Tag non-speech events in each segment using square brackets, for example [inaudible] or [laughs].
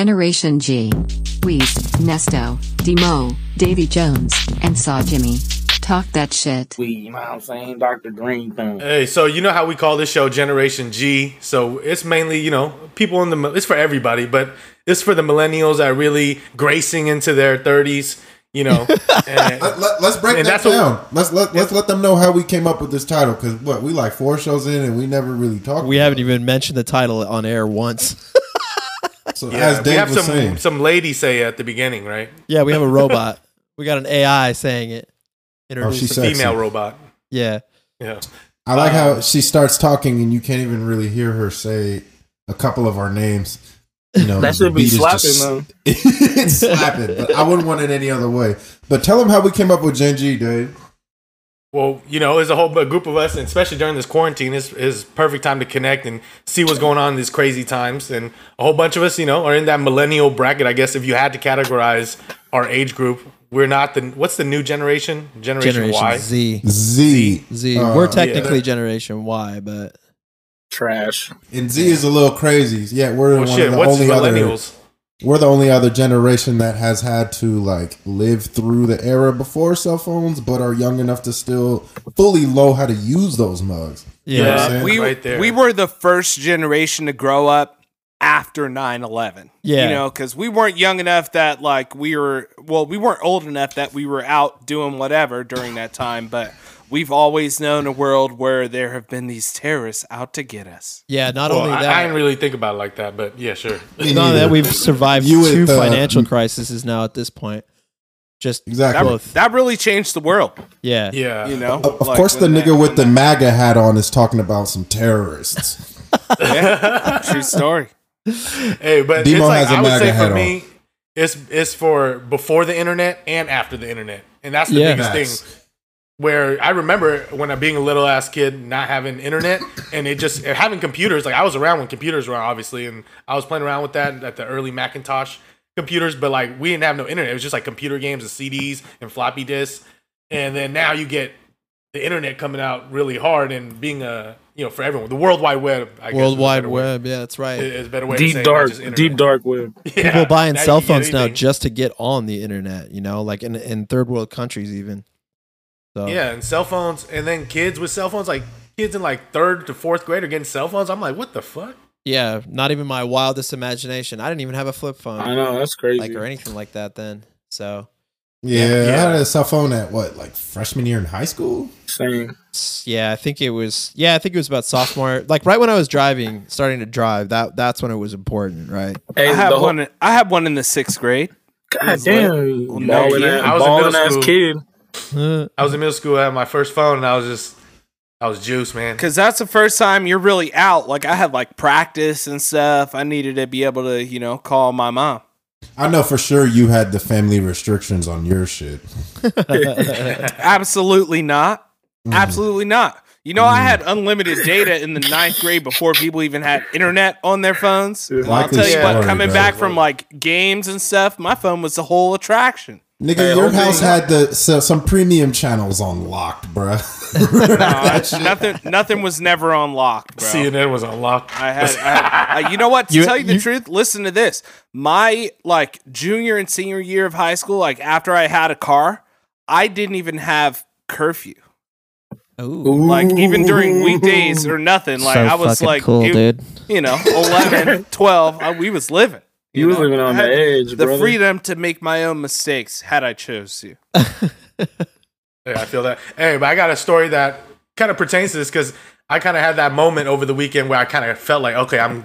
Generation G. Weez, Nesto, Demo, Davy Jones, and Saw Jimmy. Talk that shit. We, you know what I'm saying? Dr. Dream thing. Hey, so you know how we call this show Generation G. So it's mainly, you know, people in the, it's for everybody, but it's for the millennials that are really gracing into their 30s, you [laughs] know. and- Let, let, let's break And that that's what- down. let's let, let's let them know how we came up with this title because what we like four shows in and we never really talked. We about haven't even mentioned the title on air once. it. So yeah, as we Dave have was some saying, some lady say at the beginning, right? yeah, we have a robot. We got an AI saying it. Introducing- Oh, she said- Sexy. Female robot. yeah. Yeah. I like um, how she starts talking and you can't even really hear her say a couple of our names. You know, That should be beat is slapping just- though. [laughs] it's slapping, but I wouldn't want it any other way. But tell them how we came up with Gen G, Dave. Well, you know, there's a whole a group of us, and especially during this quarantine, is is perfect time to connect and see what's going on in these crazy times. And a whole bunch of us, you know, are in that millennial bracket. I guess if you had to categorize our age group, we're not the what's the new generation? Generation, Generation Y. Z. Z Z. Uh, We're technically Generation Y, but Trash. and Z is a little crazy. Yeah, we're Well, one Oh, shit, of the what's only other. millennials? We're the only other generation that has had to like live through the era before cell phones, but are young enough to still fully know how to use those mugs. yeah. know what I'm Yeah. saying? we right there. we were the first generation to grow up after 9-11 Yeah. you know because we weren't young enough that like we were well we weren't old enough that we were out doing whatever during that time but we've always known a world where there have been these terrorists out to get us Yeah, not Well, only I, that. I didn't really think about it like that, but yeah, sure. [laughs] not only that we've survived You two with, uh, financial m- crises now at this point. Just Exactly. both. that really changed the world yeah. Yeah. you know Of of course, the nigga with the MAGA hat on is talking about some [laughs] terrorists. the true [laughs] story Hey, but Demo it's like has a I would MAGA say hat for on. me, it's it's for before the internet and after the internet, and that's the Yeah. biggest Facts. thing. Where I remember when I being a little ass kid, not having internet, and it just and having computers. Like I was around when computers were out, obviously, and I was playing around with that at the early Macintosh computers. But like we didn't have no internet; it was just like computer games and CDs and floppy disks. And then now you get the internet coming out really hard and being a you know for everyone the World Wide Web. I guess, is World a Wide better way- Web. Yeah, that's right. Is a better way. to say Deep it, not dark, just internet. deep dark web. [laughs] Yeah, People buying now you cell can get phones now anything. just to get on the internet, you know, like in, in third world countries, even. So, yeah, and cell phones, and then kids with cell phones, like kids in like third to fourth grade are getting cell phones. I'm like, what the fuck? yeah, not even my wildest imagination. I didn't even have a flip I phone know that's crazy. like or anything like that then. So, Yeah, Yeah. I had a cell phone at what, like freshman year in high school? Same. s- yeah, I think it was yeah, I think it was about sophomore, like right when I was driving, starting to drive. That that's when it was important, right? Hey, i the had whole- one i had one in the sixth grade God damn, Well, balling no, I was in kid. ass, balling middle ass school. kid. Uh, I was in middle school, I had my first phone, and I was just, I was juiced, man. Cause that's the first time you're really out. Like I had like practice and stuff. I needed to be able to, you know, call my mom. I know for sure you had the family restrictions on your shit. Absolutely not. Absolutely not. You know, I had unlimited data in the ninth grade before people even had internet on their phones. And I'll Likely tell you what, story, coming bro. back from like games and stuff, my phone was the whole attraction. Nigga, Hey, your opening- house had the so, some premium channels unlocked, [laughs] bruh. [laughs] Uh, nothing, nothing was never unlocked, bro. CNN was unlocked. I had, I had I, you know what? To You- tell you the you- truth, listen to this. My like junior and senior year of high school, like after I had a car, I didn't even have curfew. ooh, Like even during weekdays or nothing. Like I was like, dude, you know, [laughs] 11, 12, I, we was living. You, was know? living on I the had edge, The brother. freedom to make my own mistakes had I chose to. Yeah, I feel that. Hey, but I got a story that kind of pertains to this because I kind of had that moment over the weekend where I kind of felt like, okay, I'm,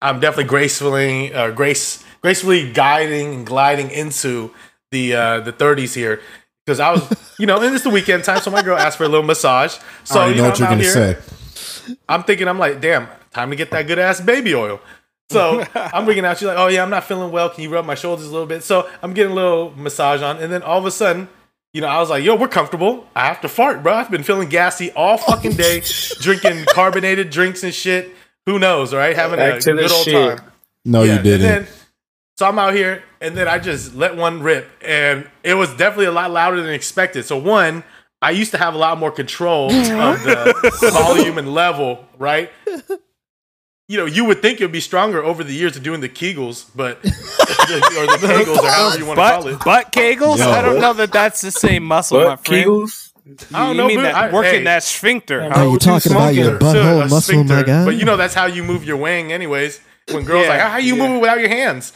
I'm definitely gracefully, uh, grace, gracefully guiding and gliding into the uh, the 30s here because I was, you know, and it's the weekend time, so my girl asked for a little massage. So I already you know, know what I'm you're out going to here. say. I'm thinking, I'm like, damn, time to get that good ass baby oil. [laughs] So I'm bringing out, she's like, oh yeah, I'm not feeling well. Can you rub my shoulders a little bit? So I'm getting a little massage on. And then all of a sudden, you know, I was like, yo, we're comfortable. I have to fart, bro. I've been feeling gassy Oh, all fucking day, [laughs] drinking carbonated drinks and shit. Who knows, right? Having Back a to the good old shit. time. No, Yeah, Oh, you didn't. And then, so I'm out here, and then I just let one rip, and it was definitely a lot louder than expected. So one, I used to [laughs] have a lot more control of the volume and level, right? you know, you would think it'd be stronger over the years of doing the Kegels, but [laughs] or the Kegels, or however you want to call it. Butt, butt kegels? Yo. I don't know that that's the same muscle, my But friend. Kegels, I don't you know, mean man. that I- working hey. that sphincter? huh? Yeah, man. Are you too talking about your smoking. butthole a muscle, my sphincter. guy? But you know that's how you move your wang, anyways. When girls Yeah, like, how you yeah. move it without your hands,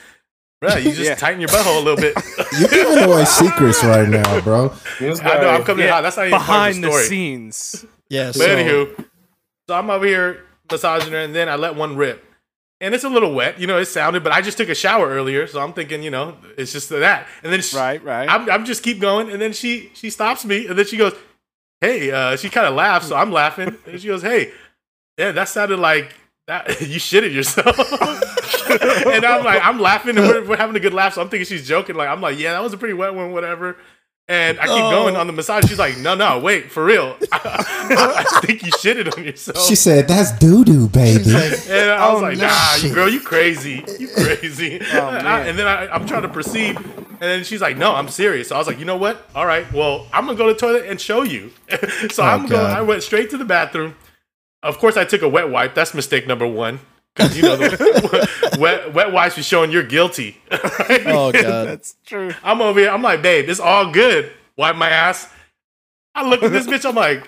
Bruh, You just Yeah. tighten your butthole a little [laughs] bit. You're giving away [laughs] secrets right now, bro. this I know I'm guy- coming in Yeah, hot. That's not even part of Behind the the story. scenes. Yeah. But so- anywho, so I'm over here massaging her, and then I let one rip, and it's a little wet. You know, it sounded, but I just took a shower earlier, so I'm thinking, you know, it's just that. And then she, Right, right. I'm, I'm just keep going, and then she she stops me, and then she goes, "Hey," uh, she kind of laughs, so I'm laughing, and she goes, "Hey, yeah, that sounded like that [laughs] you shitted yourself." and I'm like, I'm laughing, and we're, we're having a good laugh, so I'm thinking she's joking. Like I'm like, "Yeah, that was a pretty wet one, whatever." And I keep going on the massage. She's like, "No, no, wait, for real. [laughs] I, think you shitted on yourself." She said, "That's doo doo, baby." And I was Oh, like, no. nah, you girl, you crazy. [laughs] You crazy. Oh, [laughs] And I- and then I, I'm trying to proceed. And then she's like, no, I'm serious. So I was like, you know what? All right, well, I'm going to go to the toilet and show you. [laughs] so Oh, I'm going, God. I went straight to the bathroom. Of course, I took a wet wipe. That's mistake number one. Because, you know, the [laughs] wet, wet wipes be showing you're guilty. [laughs] [laughs] Oh god. That's true. I'm over here. I'm like, babe, it's all good. Wipe my ass. I look at [laughs] this bitch. I'm like,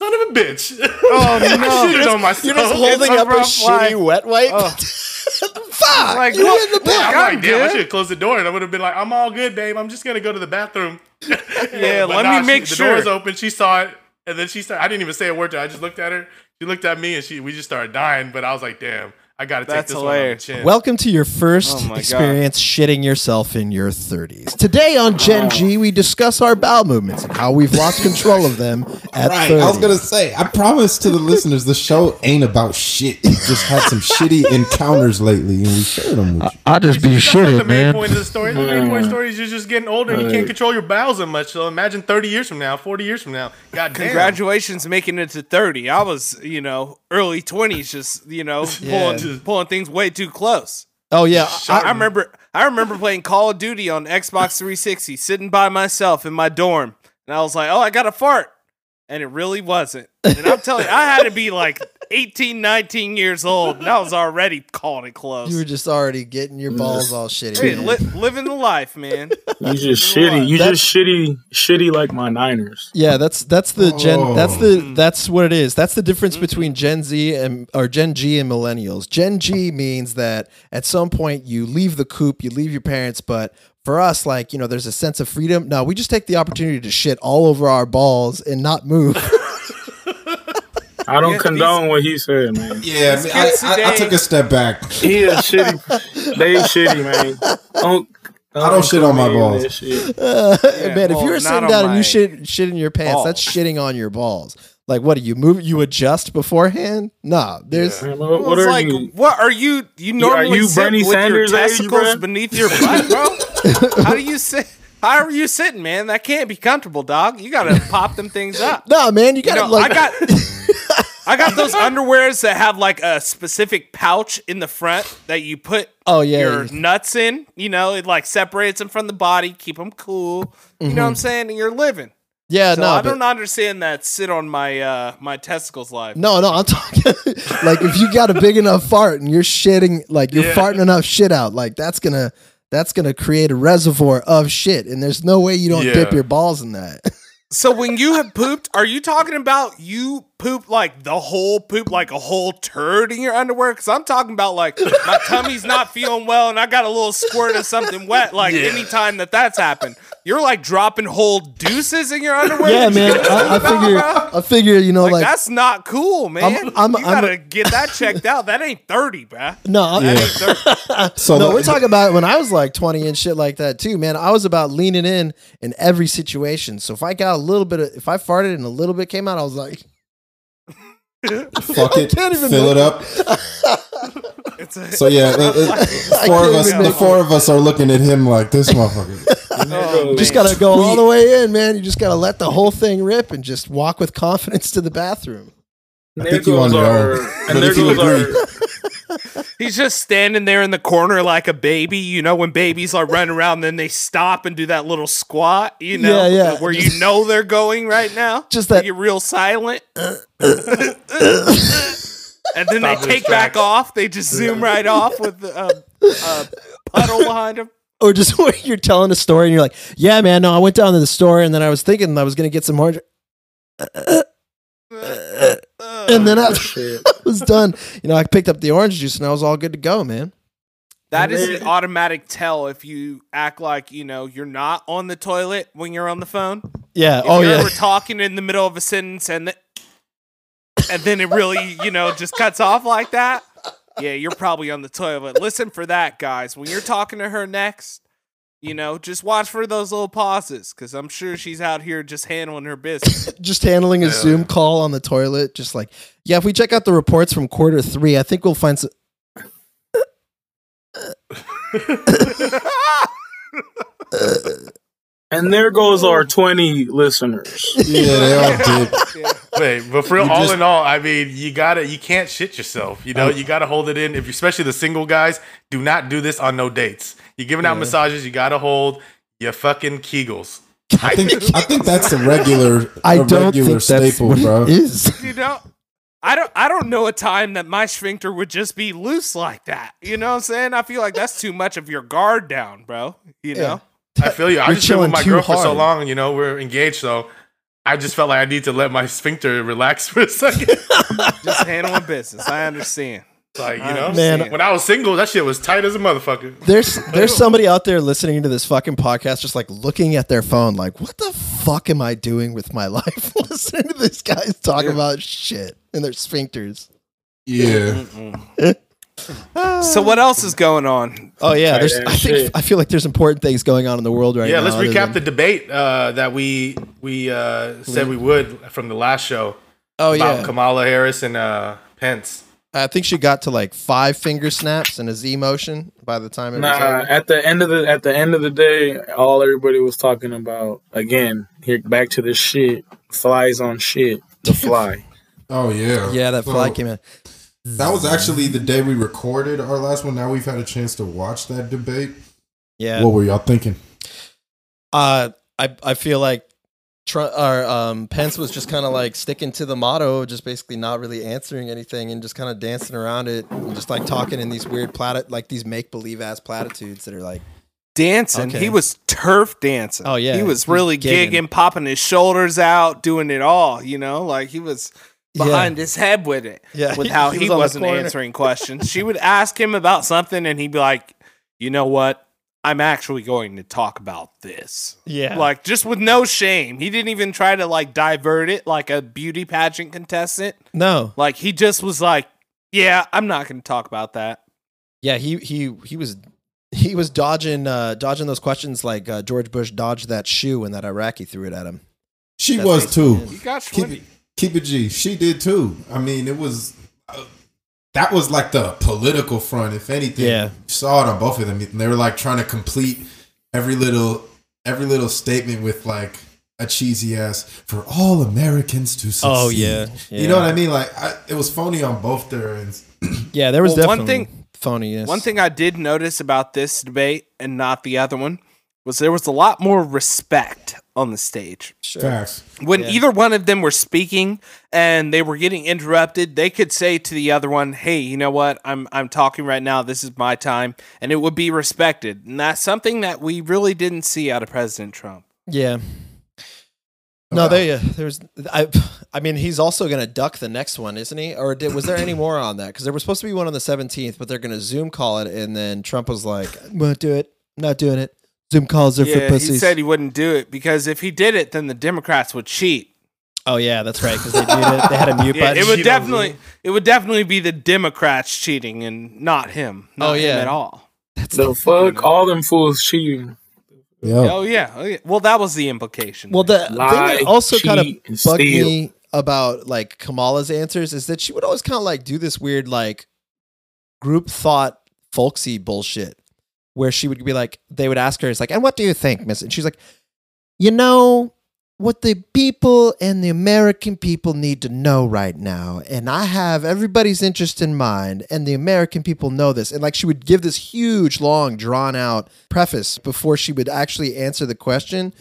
son of a bitch. [laughs] Oh, [laughs] I shitted on myself. You're just holding a up a rough shitty life. wet wipe. Oh. [laughs] Fuck! Like, oh, you look- in the look, I'm back. like, I'm damn, I good. should have closed the door, and I would have been like, I'm all good, babe. I'm just gonna go to the bathroom. [laughs] Yeah, But let nah, me she- make the sure. door's open. She saw it, and then she started. I didn't even say a word to her. I just looked at her. She looked at me, and she we just started dying. But I was like, damn, I gotta take That's this hilarious. one on the chin. Welcome to your first Oh my God. experience shitting yourself in your 30s. Today on Gen Oh. G, we discuss our bowel movements and how we've lost control of them at Right, 30. I was gonna say. I promise to the listeners, the show ain't about shit. We just had some shitty encounters lately, and we shared them with you. I just be That's not the shitting, main man. point of the story. The main point of the story is you're just getting older and you can't control your bowels that much. So imagine 30 years from now, 40 years from now. God damn. Congratulations making it to 30. I was, you know, early 20s just, you know, [laughs] pulling pulling things way too close. oh, yeah. I, I remember I remember playing Call of Duty on Xbox 360 sitting by myself in my dorm. And I was like, "Oh, I got a fart." And it really wasn't. And I'm telling you, I had to be like 18, 19 years old, and I was already calling it close. You were just already getting your balls all shitty. Dude, man. li- living the life, man. You just shitty. You That's- just shitty. Shitty like my Niners. Yeah, that's that's the gen. That's Oh. Mm. the that's what it is. That's the difference Mm-hmm. between Gen Z and or Gen G and millennials. Gen G means that at some point you leave the coop, you leave your parents, but for us, like you know, there's a sense of freedom. No, we just take the opportunity to shit all over our balls and [laughs] not move. I don't Yeah, condone what he said, [laughs] man. Yeah, I, mean, I, kids I, I today- took a step back. He is shitty. They shitty, man. Don't, I don't shit on my come in balls. this shit. Man, if well, you're not sitting on down and my you shit shit in your pants, that's balls. shitting on your balls. Like, what do you move? You adjust beforehand? Nah, there's Man, what, Well, what it's are like, you? what are you? You normally you sit Bernie with Sanders your age, testicles bruh? beneath your butt, bro. how do you sit? How are you sitting, man? That can't be comfortable, dog. You gotta pop them things up. nah, man. You gotta No, like. I got, I got those underwears that have like a specific pouch in the front that you put oh yeah. your you- nuts in. You know, it like separates them from the body, keep them cool. You know what I'm saying? And you're living. yeah. So no, I Uh, but- don't understand that sit on my uh my testicles life. No, no, I'm [laughs] talking like if you got a big enough fart and you're shitting, like you're Yeah. farting enough shit out, like that's gonna that's gonna create a reservoir of shit, and there's no way you don't Yeah. dip your balls in that. So when you have pooped, are you talking about you pooped like the whole poop, like a whole turd in your underwear? Because I'm talking about like my tummy's not feeling well and I got a little squirt of something wet. Like anytime that that's happened, you're like dropping whole deuces in your underwear. [laughs] [laughs] yeah, man. I, [laughs] I figure, I figure, you know, Like, like, that's not cool, man. I'm- I'm- you gotta I'm- get that checked out. That ain't thirty, bruh. no, I- So no, the- we're talking about when I was like 20 and shit like that too, man. I was about leaning in in every situation. So if I got a little bit of, if I farted and a little bit came out, I was like, fuck it, can't even fill make- it up. It's a, So yeah, it, [laughs] it- four can't of us, even the make- four of us are looking at him like this motherfucker. oh, just man. gotta go all the way in, man. You just gotta let the whole thing rip and just walk with confidence to the bathroom. There think you on goes your our. own. And But there if you goes agree- our. He's just standing there in the corner like a baby. You know, when babies are running around, then they stop and do that little squat, you know, Yeah, yeah. where you know they're going right now. Just that- uh, You're real silent. [laughs] and then they Stop in his take back tracks. off. They just zoom right off with a, a puddle behind them. or just [laughs] where you're telling a story and you're like, yeah, man, no, I went down to the store and then I was thinking I was gonna get some orange, [laughs] and then Oh, [laughs] I Shit. was done. You know, I picked up the orange juice and I was all good to go, man. That is an automatic tell if you act like you know you're not on the toilet when you're on the phone. Yeah. If oh you're yeah. [laughs] We're talking in the middle of a sentence and th- and then it really you know just cuts off like that. Yeah, you're probably on the toilet. Listen for that, guys. When you're talking to her next, you know, just watch for those little pauses because I'm sure she's out here just handling her [laughs] business. just handling a Zoom call on the toilet, just like, yeah, if we check out the reports from quarter three, I think we'll find some. And there goes our 20 listeners. Yeah, they all did. Wait, but for real, You all just- in all, I mean, you gotta, you can't shit yourself. You Oh. know, you gotta hold it in. If you, especially the single guys, do not do this on no dates. You're giving out massages, you gotta hold your fucking kegels. I think I think that's a regular I a don't think regular that's staple, what bro. it is. you know. I don't I don't know a time that my sphincter would just be loose like that. You know what I'm saying? I feel like that's too much of your guard down, bro. You know? I feel you. I You're just been with chilling my too girl for so hard. long, and you know, we're engaged, so I just felt like I need to let my sphincter relax [laughs] for a [laughs] second. Just handling business. I understand. like, you I know, understand. when I was single, that shit was tight as a motherfucker. [laughs] There's there's somebody out there listening to this fucking podcast, just like looking at their phone, like, what the fuck am I doing with my [laughs] life? listening to these guys talk about shit and their sphincters. Yeah, uh, So what else is going on? [laughs] Oh yeah, there's. Right, I think shit. I feel like there's important things going on in the world right yeah, now. let's other recap than- the debate uh, that we we uh, said we would from the last show Oh about yeah, Kamala Harris and uh, Pence. I think she got to like five finger snaps and a Z motion by the time it was Nah, over. at the end of the at the end of the day, all everybody was talking about again, here back to this shit, flies on shit, [laughs] the fly. oh yeah, Yeah, that So, fly came in. That was actually the day we recorded our last one. Now we've had a chance to watch that debate. Yeah. What were y'all thinking? Uh, I I feel like Trump or um, Pence was just kind of like sticking to the motto, just basically not really answering anything and just kind of dancing around it, and just like talking in these weird plat like these make believe ass platitudes that are like, Dancing. Okay. He was turf dancing. Oh, yeah. He was really Gigging. gigging. popping his shoulders out, doing it all, you know? Like he was behind his head with it. Yeah, With he- how he he, was on the was not corner. answering questions. she would ask him about something and he'd be like, "You know what? I'm actually going to talk about this." yeah, Like just with no shame. He didn't even try to like divert it like a beauty pageant contestant. no, Like he just was like, "Yeah, I'm not going to talk about that." yeah, he he he was. He was dodging, uh, dodging those questions like uh, George Bush dodged that shoe when that Iraqi threw it at him. She That's was basically too. it. He got Keep it, keep it G. She did too. I mean, it was uh, that was like the political front, if anything. Yeah. You saw it on both of them. And they were like trying to complete every little every little statement with like a cheesy ass for all Americans to succeed. Oh, yeah. Yeah. you know what I mean? Like I, it was phony on both their ends. Yeah, there was Well, one definitely one thing, thing- phony. Yes. One thing I did notice about this debate and not the other one was there was a lot more respect on the stage. Facts. When Yeah. either one of them were speaking and they were getting interrupted, they could say to the other one, "Hey, you know what? I'm I'm talking right now. This is my time." And it would be respected. And that's something that we really didn't see out of President Trump. Yeah. No, there you. There's. I. I mean, he's also going to duck the next one, isn't he? Or did, was there any more on that? Because there was supposed to be one on the 17th, but they're going to Zoom call it, and then Trump was like, "Won't do it. Not doing it. Zoom calls are for Yeah, he pussies." said he wouldn't do it because if he did it, then the Democrats would cheat. oh yeah, that's right. Because they did it. They had a [laughs] mute Yeah, button. it would cheat on definitely it would definitely be the Democrats cheating and not him. Not Oh, yeah. him at all. The fuck, all them fools cheating. Yeah. Oh yeah. Oh, yeah. Well, that was the implication. Well, the Lie, thing that also kind of cheat, and bugged steal. me about like Kamala's answers is that she would always kind of like do this weird like group thought folksy bullshit where she would be like, they would ask her, it's like, and what do you think, miss? And she's like, you know, what the people and the American people need to know right now, and I have everybody's interest in mind, and the American people know this. And like she would give this huge, long, drawn out preface before she would actually answer the question.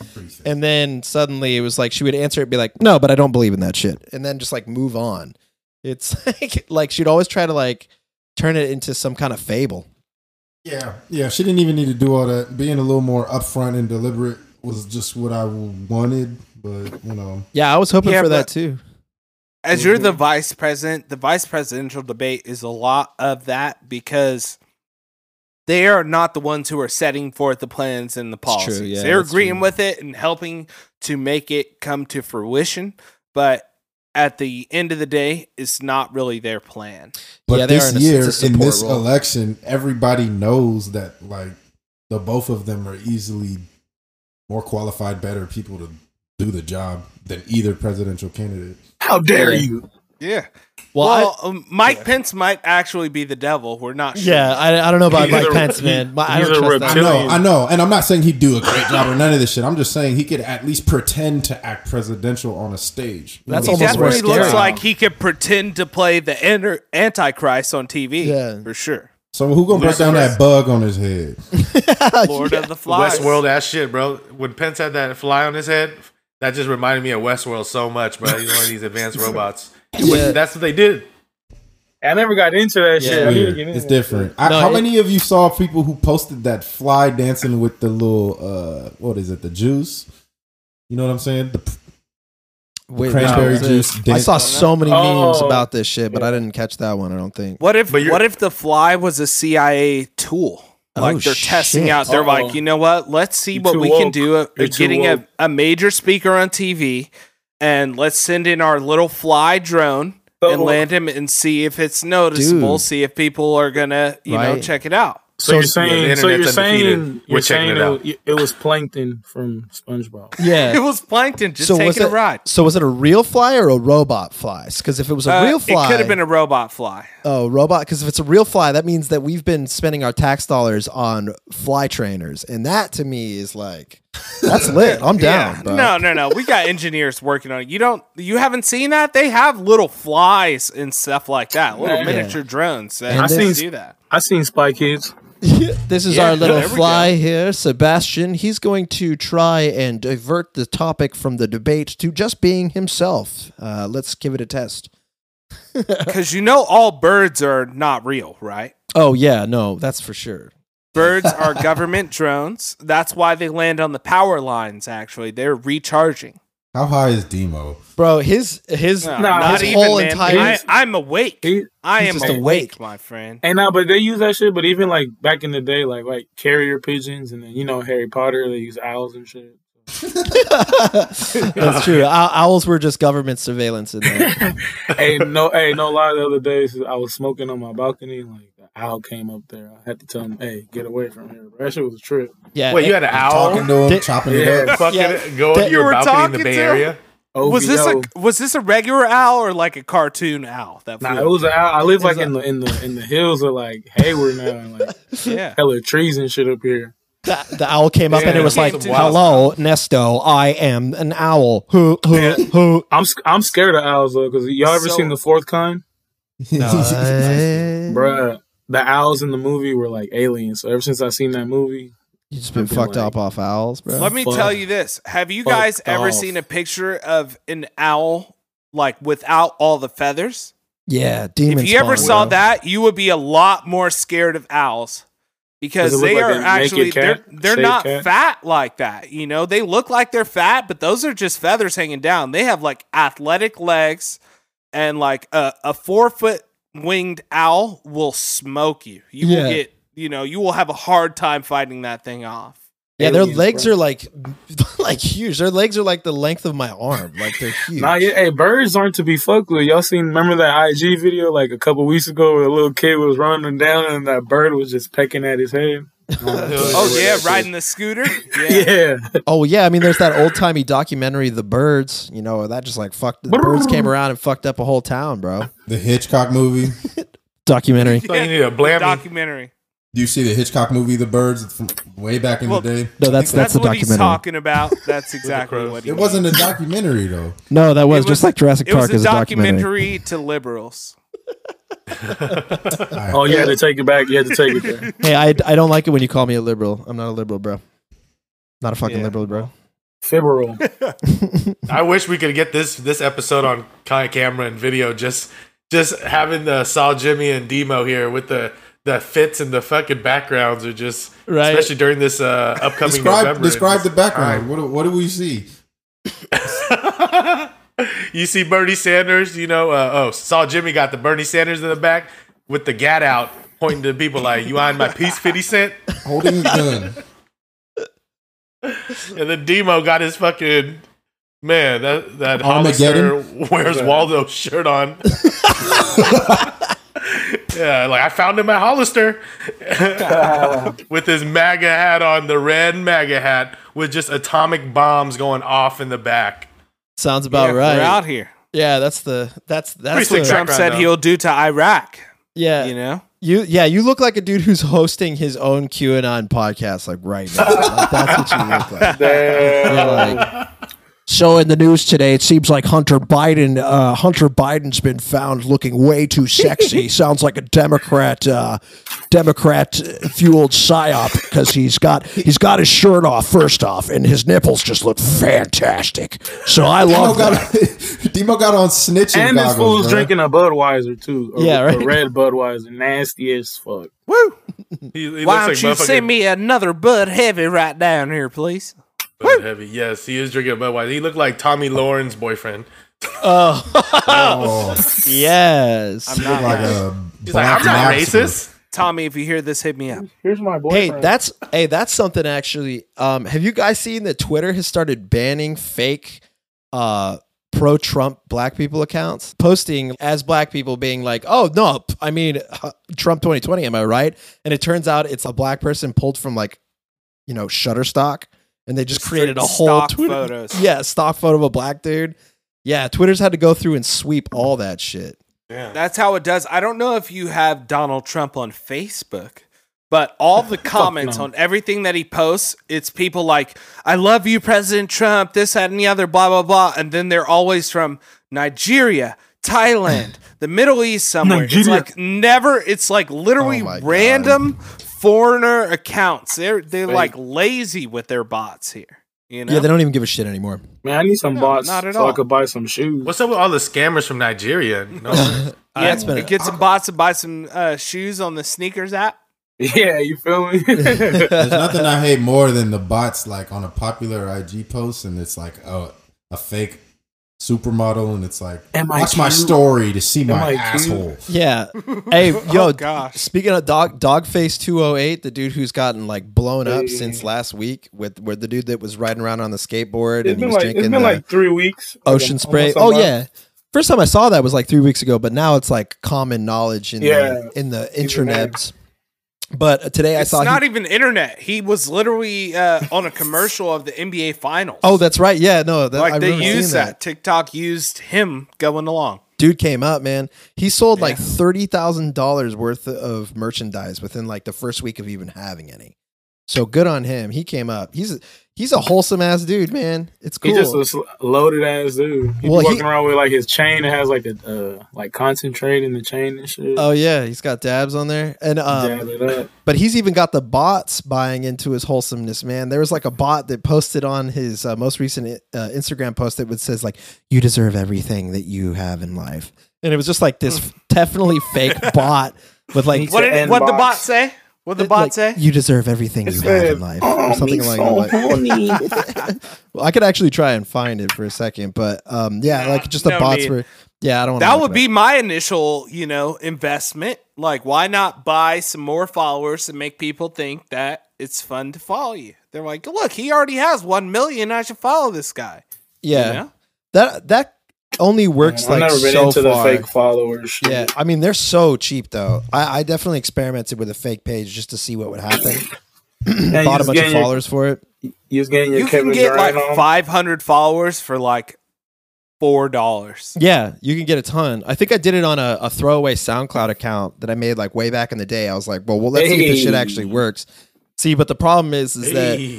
And then suddenly it was like she would answer it, be like, no, but I don't believe in that shit. And then just like move on. It's [laughs] like like she'd always try to like turn it into some kind of fable. Yeah, yeah. She didn't even need to do all that. Being a little more upfront and deliberate was just what I wanted. But you know, Yeah, I was hoping Yeah, for but- that too. As you're the vice president, the vice presidential debate is a lot of that because they are not the ones who are setting forth the plans and the It's true, policies. yeah, They're that's agreeing true. with it and helping to make it come to fruition, but at the end of the day, it's not really their plan. but Yeah, they are this in a- year it's a in support this role. election, everybody knows that like the both of them are easily more qualified, better people to do the job than either presidential candidate. How dare you? Yeah. Well, Well, I- um, Mike Pence might actually be the devil. We're not sure. yeah, I, I don't know [laughs] about He's Mike a- Pence, man. My, I he's don't a trust that. I reptilian. know, Billion. I know, and I'm not saying he'd do a great job or none of this shit. I'm just saying he could at least pretend to act presidential on a stage. You That's know, almost that's more Definitely scary. looks like he could pretend to play the enter- Antichrist on TV. Yeah. For [laughs] sure. So who gonna break down that bug on his head? [laughs] Lord of the Flies. Westworld ass shit, bro. When Pence had that fly on his head, that just reminded me of Westworld so much, bro. He's one of these [laughs] advanced robots. Yeah. That's what they did. I never got into that Yeah. shit. I need to Weird. get It's into it. different. I, No, how it- many of you saw people who posted that fly dancing with the little uh what is it? The juice. You know what I'm saying? The, Wait, Cranberry what was this? juice I dip. saw so many memes Oh. about this shit, but I didn't catch that one. I don't think. What if But you're- what if the fly was a CIA tool? Oh, Like they're testing shit. out. They're Uh-oh. like, you know what? Let's see You're what too we can woke. do. at- You're at too getting woke. a, a major speaker on TV, and let's send in our little fly drone So- and land him and see if it's noticeable. Dude. See if people are gonna you know Right. check it out. [laughs] So, you're saying, yeah, the so you're internet's undefeated. saying, We're you're checking saying it out. it, it was plankton from SpongeBob. It Yeah. was plankton [laughs] just was taking it, a ride. so was it a real fly or a robot fly? Because if it was a Uh, real fly, It could have been a robot fly. Oh, robot! Because if it's a real fly, that means that we've been spending our tax dollars on fly trainers, and that to me is like, [laughs] that's lit. I'm down. Yeah. bro. [laughs] No, no, no. We got engineers working on it. You don't you haven't seen that? They have little flies and stuff like that. Little Yeah. miniature drones that And I then- do that. I seen Spy Kids. this is Yeah, our little there we fly here, Sebastian. He's going to try and divert the topic from the debate to just being himself. Uh, let's give it a test. Because you know all birds are not real, right? Oh yeah, no, that's for sure. Birds are government drones. That's why they land on the power lines, actually. They're recharging. How high is Demo? Bro, his his, No, not his even, whole man. entire I, I'm awake. He, I he's am just awake, awake. my friend. and now, but they use that shit. But even like back in the day, like like carrier pigeons, and then you know Harry Potter, they use owls and shit. [laughs] That's true. Ow- Owls were just government surveillance in [laughs] there. hey, no, hey, no lie. The other day, I was smoking on my balcony, and like the owl came up there. I had to tell him, "Hey, get away from here." Bro. That shit was a trip. Yeah. Wait, you had an Talking owl to him, Did- chopping it Yeah. up. fucking Yeah. go That to your you were balcony in talking the Bay to? [laughs] Area? [laughs] Was this OVO. a was this a regular owl or like a cartoon owl? That Nah, flew? it was an owl. I live like a- in the in the in the hills of like Hayward now, and like yeah. hella trees and shit up here. the, the owl came up and it Yeah. was like, Some wild "Hello, Nesto. I am an owl. Who, who, [laughs] who?" I'm sc- I'm scared of owls though, cause y'all ever So- Mm. seen the fourth kind, Uh, bruh? The owls in the movie were like aliens. So ever since I seen that movie, you just been Something fucked like- up off owls, bro. Let me Fuck. tell you this. Have you Fuck guys ever off. seen a picture of an owl like without all the feathers? yeah, demon. if you ever spawn, saw bro. that, you would be a lot more scared of owls because Does it they look like are a naked actually they're cat? they're Shaved not cat? fat like that. You know, they look like they're fat, but those are just feathers hanging down. They have like athletic legs and like a, a four foot winged owl will smoke you. You Yeah. will get you know, you will have a hard time fighting that thing off. yeah, their aliens, legs bro. are like, [laughs] like huge. Their legs are like the length of my arm. [laughs] Like they're huge. Nah, yeah, hey, birds aren't to be fucked with. Y'all seen? Remember that IG video like a couple weeks ago where a little kid was running down and that bird was just pecking at his head. Oh Yeah, yeah, that's riding the scooter. Yeah. Yeah, Oh yeah, I mean, there's that old timey documentary, The Birds. You know that just like fucked. The [laughs] birds came around and fucked up a whole town, bro. The Hitchcock movie. Documentary. So you need [laughs] a blammy. documentary. Do you see the Hitchcock movie, The Birds, from way back in Well, the day? No, that's That's, that's, the what he's documentary. talking about. That's exactly crows. what he It wasn't a documentary though. No, that was, It just like Jurassic it was Park is a documentary. documentary to liberals. [laughs] Oh, you had to take it back. You had to take it [laughs] there. Hey, I, I don't like it when you call me a liberal. I'm not a liberal, bro. Not a fucking Yeah. liberal, bro. Fibro. I wish we could get this this episode on ki- camera and video just just having the Saw Jimmy and Demo here with the the fits and the fucking backgrounds are just Right. especially during this uh, upcoming Describe November. describe the background. What do- what do we see? you see Bernie Sanders, you know, uh, oh, saw Jimmy got the Bernie Sanders in the back with the gat out, pointing to people like, you eyeing my piece 50 cent? Holding a gun. And then Demo got his fucking, man, that, that Armageddon? Hollister wears Waldo shirt on. [laughs] yeah, like I found him at Hollister [laughs] with his MAGA hat on, the red MAGA hat, with just atomic bombs going off in the back. Sounds about We're right. out here. Yeah, that's the that's that's Pretty the, sick Trump Background, said though. he'll do to Iraq. yeah. You know, You yeah, you look like a dude who's hosting his own QAnon podcast like right [laughs] now. Like, that's what you look like. You're like, So in the news today, it seems like Hunter Biden. Uh, Hunter Biden's been found looking way too sexy. Sounds like a Democrat, uh, Democrat fueled psyop because he's got he's got his shirt off first off, and his nipples just look fantastic. So I Demo love that. got, [laughs] Demo got on snitching And this goggles. fool's bro. drinking a Budweiser too. A, Yeah, a right. red Budweiser, nasty as fuck. He, he why looks don't you motherfucking- send me another Bud Heavy right down here, please? Bud Heavy. Yes, he is drinking a Budweiser. He looked like Tommy Lauren's boyfriend. Oh, Yes. I'm not like lying. a He's like, I'm not racist. Tommy, if you hear this, hit me up. Here's my Hey, boyfriend. that's hey, that's something actually. Um, have you guys seen that Twitter has started banning fake uh pro Trump black people accounts posting as black people being like, "Oh no, p- I mean huh, Trump 2020, am I right?" And it turns out it's a black person pulled from like, you know, Shutterstock and they just created a whole stock Twitter photos. [laughs] Yeah, stock photo of a black dude. Yeah, Twitter's had to go through and sweep all that shit. That's how it does. I don't know if you have Donald Trump on Facebook, but all [laughs] the comments no. on everything that he posts, it's people like, I love you, President Trump, this, that, and the other, blah, blah, blah. And then they're always from Nigeria, [laughs] Thailand, the Middle East somewhere. It's Nigeria. like never, it's like literally Oh my God. random foreigner accounts. They're they're like lazy with their bots here. You know? Yeah, they don't even give a shit anymore. man, I need some bots not at so all. I could buy some shoes. What's up with all the scammers from Nigeria? No. Uh, yeah, it's been a- get some bots and buy some uh, shoes on the sneakers app. [laughs] Yeah, you feel [laughs] me? There's nothing I hate more than the bots like on a popular IG post, and it's like a a fake supermodel, and it's like Am I watch my cute? story to see my I cute? asshole. Yeah. Hey, yo. gosh. Speaking of dog, Dogface two oh eight, the dude who's gotten like blown up since last week with where the dude that was riding around on the skateboard It's and he been was like it's drinking been the like three weeks. Like, ocean almost spray. a Oh month. yeah. First time I saw that was like three weeks ago, but now it's like common knowledge in Yeah. the in the He's a man. internet. But uh, today It's I saw. not he- even internet. He was literally uh, on a commercial of the NBA Finals. oh, that's right. Yeah, no, that, like I they remember seeing used that. that. TikTok used him going along. dude came up, man. He sold like thirty thousand dollars worth of merchandise within like the first week of even having any. So good on him. He came up. He's he's a wholesome ass dude, man. It's cool. He just a sl- loaded ass dude. He be Well, he- walking around with like his chain that has like a uh, like concentrate in the chain and shit. oh yeah, he's got dabs on there, and um, Dab it up. but he's even got the bots buying into his wholesomeness, man. There was like a bot that posted on his uh, most recent uh, Instagram post that would says like, "You deserve everything that you have in life," and it was just like [laughs] this definitely fake bot with like What did end what the box. bot say? What the It, bot like, say? You deserve everything you have in life, or something like that. [laughs] well, I could actually try and find it for a second, but um, yeah, like just the no bots need. were. Yeah, I don't. wanna That look would it be my initial, you know, investment. Like, why not buy some more followers and make people think that it's fun to follow you? They're like, look, he already has one million. I should follow this guy. up. Yeah, know? that that only works I've like never been so into far. the fake followers. Shit. [clears throat] yeah, I mean they're so cheap though. I, I definitely experimented with a fake page just to see what would happen. Yeah, Bought you a was bunch of getting your- followers for it. You was getting your You Kevin can get like Durant on. 500 followers for like four dollars. [laughs] Yeah, you can get a ton. I think I did it on a, a throwaway SoundCloud account that I made like way back in the day. I was like, well, well let's see if this shit Hey. actually works. See, but the problem is, is Hey.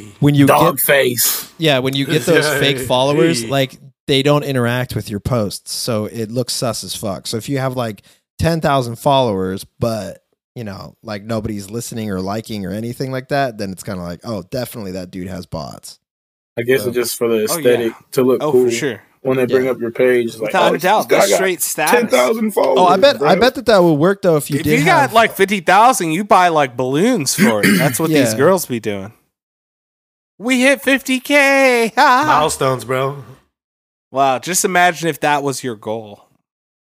that when you Dog get face. yeah, when [laughs] you get those Yeah, fake followers, hey. like they don't interact with your posts, so it looks sus as fuck. So if you have like ten thousand followers, but you know, like nobody's listening or liking or anything like that, then it's kind of like, oh, definitely that dude has bots. I guess it's just for the Oh, yeah. aesthetic to look Oh, cool. for sure. when they bring up your page. Like, oh, Without a doubt, that's straight status. Ten thousand followers. Oh, I bet I bro. bet that that would work though if you if did you got have- like fifty thousand, you buy like balloons for [clears throat] it. That's what these Yeah. girls be doing. We hit fifty k. [laughs] wow, Milestones, bro. just imagine if that was your goal.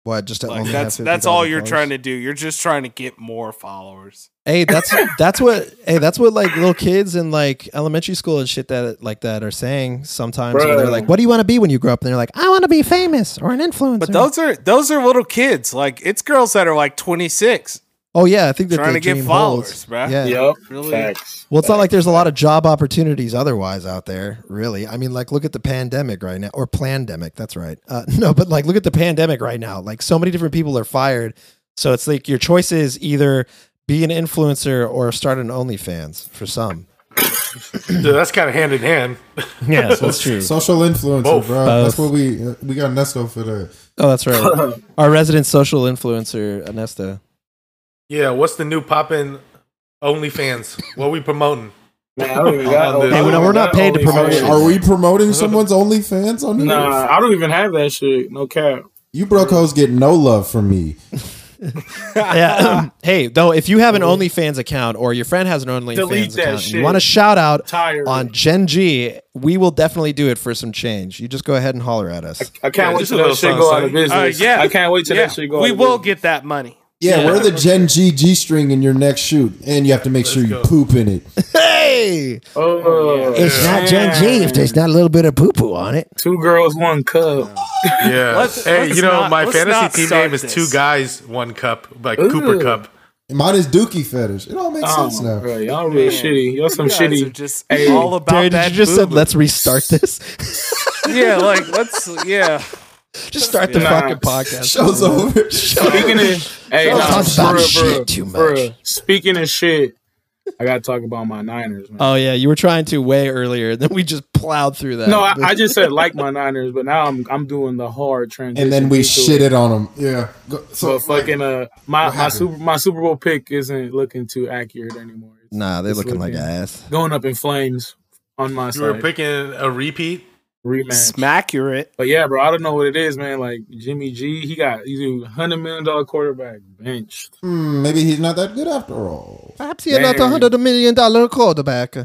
what just to Like only that's have that's all 50,000 you're followers? trying to do. You're just trying to get more followers. [laughs] Hey, that's that's what hey, that's what like little kids in like elementary school and shit that like that are saying sometimes. where they're Bruh. like, "What do you want to be when you grow up?" And they're like, "I want to be famous or an influencer." But those are those are little kids. Like it's girls that are like 26. oh yeah, I think that trying the to get dream followers, holds. bruh. Yeah. Yep. Really? Facts. Well, it's not like there's a lot of job opportunities otherwise out there, really. I mean, like look at the pandemic right now, or pandemic. That's right. Uh, [laughs] no, but like look at the pandemic right now. Like so many different people are fired, so it's like your choice is either be an influencer or start an OnlyFans for some. Dude, that's kind of hand in hand. [laughs] Yeah, that's true. Social influencer, Both. bro. That's Both. what we uh, we got Nesto for that. [laughs] Oh, that's [laughs] right. Our resident social influencer, Anesta. Yeah, what's the new poppin' OnlyFans? What we promoting? Man, I [laughs] don't even got. Hey, I we're don't not- we're not even paid to got promote Are, Shit. OnlyFans. are we promoting someone's OnlyFans on here? Nah, I don't even have that shit. No cap. You broke hoes get no love from me. [laughs] Yeah. [clears throat] hey, though, if you have an OnlyFans account or your friend has an Delete OnlyFans that account, and you shit. want to shout out Tired. on Gen G, we will definitely do it for some change. You just go ahead and holler at us. I Yeah, can't wait just till a that little shit go out something. of business. Uh, yeah. I can't wait till that shit go. out we of will get business. that money. Yeah, we're the Gen G G string in your next shoot, and you have to make sure you go. poop in it. Hey! Oh, It's not Gen G if there's not a little bit of poo poo on it. two girls, one cup. Yeah. [laughs] Let's- hey, let's you know, not- my let's not fantasy team start name is this. Two Guys, One Cup, like Ooh. Cooper Cup. Mine is Dookie fetish. It all makes sense Oh, now. bro, y'all really shitty. Y'all some You guys are shitty. just Hey. all about Darren, that. did you just said boo-boo. let's restart this? [laughs] [laughs] yeah, like let's yeah. just start the Nah. fucking podcast. Show's over. Speaking of, [laughs] hey, nah, talk about bruh, shit bruh, too bruh. much. Speaking of shit, I gotta talk about my Niners, Uh, man. Oh yeah, you were trying to way earlier, then we just plowed through that. no, I, I just said like my Niners, but now I'm I'm doing the hard transition. and then we into shit it on them. Yeah. Go, so But fucking uh, my my happened? super my Super Bowl pick isn't looking too accurate anymore. It's nah, they're Just looking like looking. ass. going up in flames on my You were side. picking a repeat. rematch. Smackurate. But yeah, bro, I don't know what it is, man. Like Jimmy G, he got he's a hundred million dollar quarterback benched. hmm, maybe he's not that good after all. Perhaps you're not a Damn. hundred million dollar quarterback.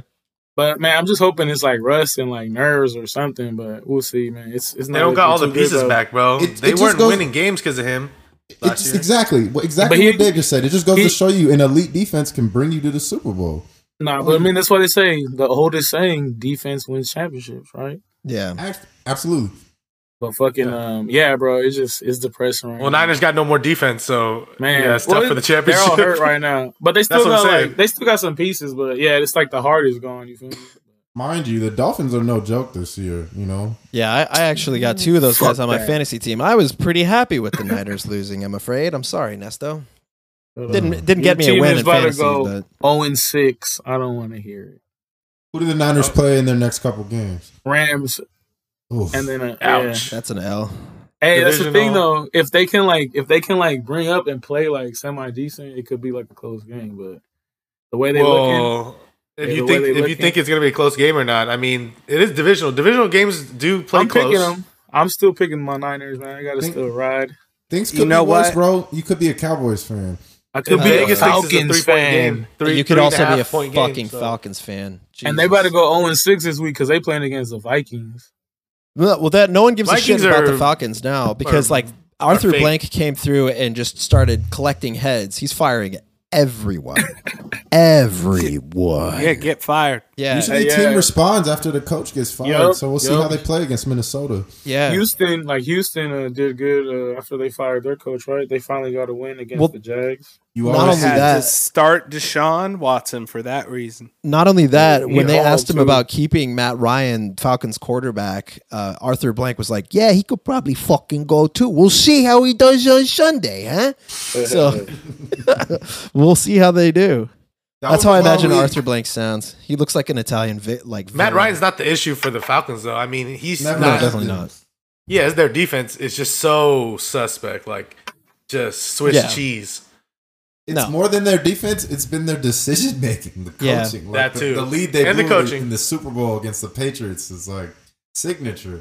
But man, I'm just hoping it's like rust and like nerves or something. But we'll see, man. It's it's They not don't got all the looking too good, pieces though. back, bro. It- they it just weren't goes- winning games because of him. last It's year. exactly what exactly But he- what Dave just said. It just goes he- to show you an elite defense can bring you to the Super Bowl. Nah, but I mean that's what they say. The oldest saying: defense wins championships, right? Yeah. Act- Absolutely. But fucking um, yeah, bro, it's just it's depressing. Right Well, now. Niners got no more defense, so man, yeah, it's Well, tough for the championship. They're all hurt right [laughs] now, but they still That's what got I'm saying. like they still got some pieces. But yeah, it's like the heart is gone. You feel me? Mind you, the Dolphins are no joke this year, you know. Yeah, I, I actually got two of those Fuck guys on my that. fantasy team. I was pretty happy with the Niners [laughs] losing. I'm afraid. I'm sorry, Nesto. Didn't didn't um, Your get me team a win is in about to fantasy, go but zero and six. I don't want to hear it. Who do the Niners Oh. play in their next couple games? Rams Oof. and then a, yeah. Ouch. that's an L. Hey, that's the thing Divisional. though. If they can like, if they can like bring up and play like semi decent, it could be like a close game. But the way they looking, Well, if Yeah, you the way think they if you looking. think it's gonna be a close game or not, I mean, it is divisional. Divisional games do play I'm close. picking them. I'm still picking my Niners, man. I gotta Think- still ride. Things could You know be worse, what? bro. You could be a Cowboys fan. I could If be a Vegas thinks it's a Falcons three-point fan, game, three- you could three and also half be a point fucking game, so- Falcons fan. and Jesus. they about to go zero and six this week because they playing against the Vikings. Well, well, that no one gives a Vikings shit about are- the Falcons now because are- like Arthur fake. Blank came through and just started collecting heads. He's firing [laughs] everyone, everyone. Yeah, get fired. Yeah, Usually, Hey, the team Uh, yeah. responds after the coach gets fired. Yup, so we'll see yup. how they play against Minnesota. yeah. Houston, like Houston, uh, did good uh, after they fired their coach, right? They finally got a win against Well- the Jags. You Not always only Had see, that- to start Deshaun Watson for that reason. Not only that, He when they hauled, asked him too. about keeping Matt Ryan, Falcons quarterback, uh, Arthur Blank was like, "Yeah, he could probably fucking go too. We'll see how he does on Sunday, huh? So [laughs] we'll see how they do." that That's was how I the imagine one we- Arthur Blank sounds. He looks like an Italian, vi- like Matt villain. Ryan's not the issue for the Falcons, though. I mean, he's Never No, not. mind. definitely not. Yeah, it's their defense. It's just so suspect, like just Swiss Yeah. cheese. It's No. more than their defense. It's been their decision making, the Yeah. coaching, That the, too. the lead they And the blew in- coaching. in the Super Bowl against the Patriots is like signature.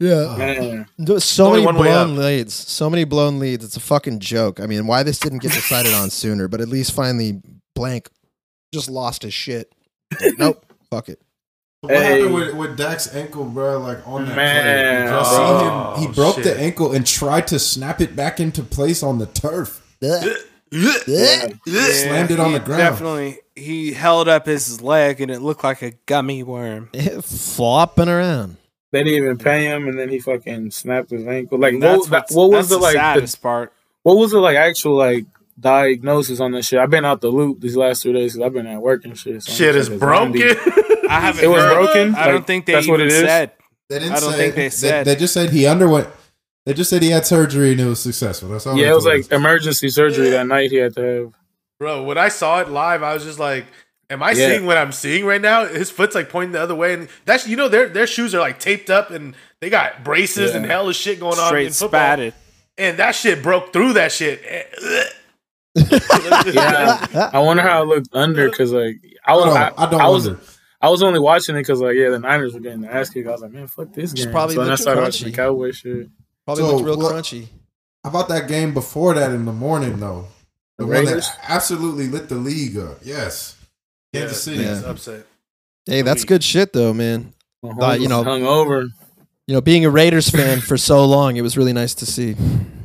Yeah. Man. There was Uh, so only many one way blown leads. So many blown leads. It's a fucking joke. I mean, why this didn't get decided on sooner, but at least finally blank just lost his shit. Nope. Fuck it. What Hey. happened with, with Dak's ankle, bro? Like on that play, Did Man, Oh, y'all bro. see him? He broke Shit. the ankle and tried to snap it back into place on the turf. Ugh. Ugh. Slammed it on he the ground. Definitely, he held up his leg and it looked like a gummy worm. Flopping around. They didn't even pay him, and then he fucking snapped his ankle. Like, And that's what, that, what's- what that's was the like? The, saddest part? what was the like actual like diagnosis on this shit? I've been out the loop these last three days because I've been at work and shit. so I'm Shit is just like, broken. I haven't. It was heard. broken. I don't Like, think they that's even what it is? said. They didn't I don't say, think they said. They, just said he underwent. They just said he had surgery and it was successful. That's all. Yeah, they it was told like us. emergency surgery that night he had to have. [laughs] Bro, when I saw it live, I was just like, "Am I Yeah. seeing what I'm seeing right now?" His foot's like pointing the other way, and that's you know their their shoes are like taped up, and they got braces and hell of shit going on in Straight football. spatted. And that shit broke through that shit. [laughs] Eh, ugh. Yeah, I wonder how it looked under because like I I was don't, I, I don't I was wonder. I was only watching it because like yeah the Niners were getting the ass kick. I was like man fuck this Just game. probably so then I looked started crunchy. watching the Cowboy shit. Probably So, looked real what- crunchy. How about that game before that in the morning though? The, The one Raiders? that absolutely lit the league up. Yes, Kansas City. Yeah. It's upset. Hey, that's Sweet. good shit though, man. Thought, you you know- know hung over. You know, being a Raiders fan for so long, it was really nice to see.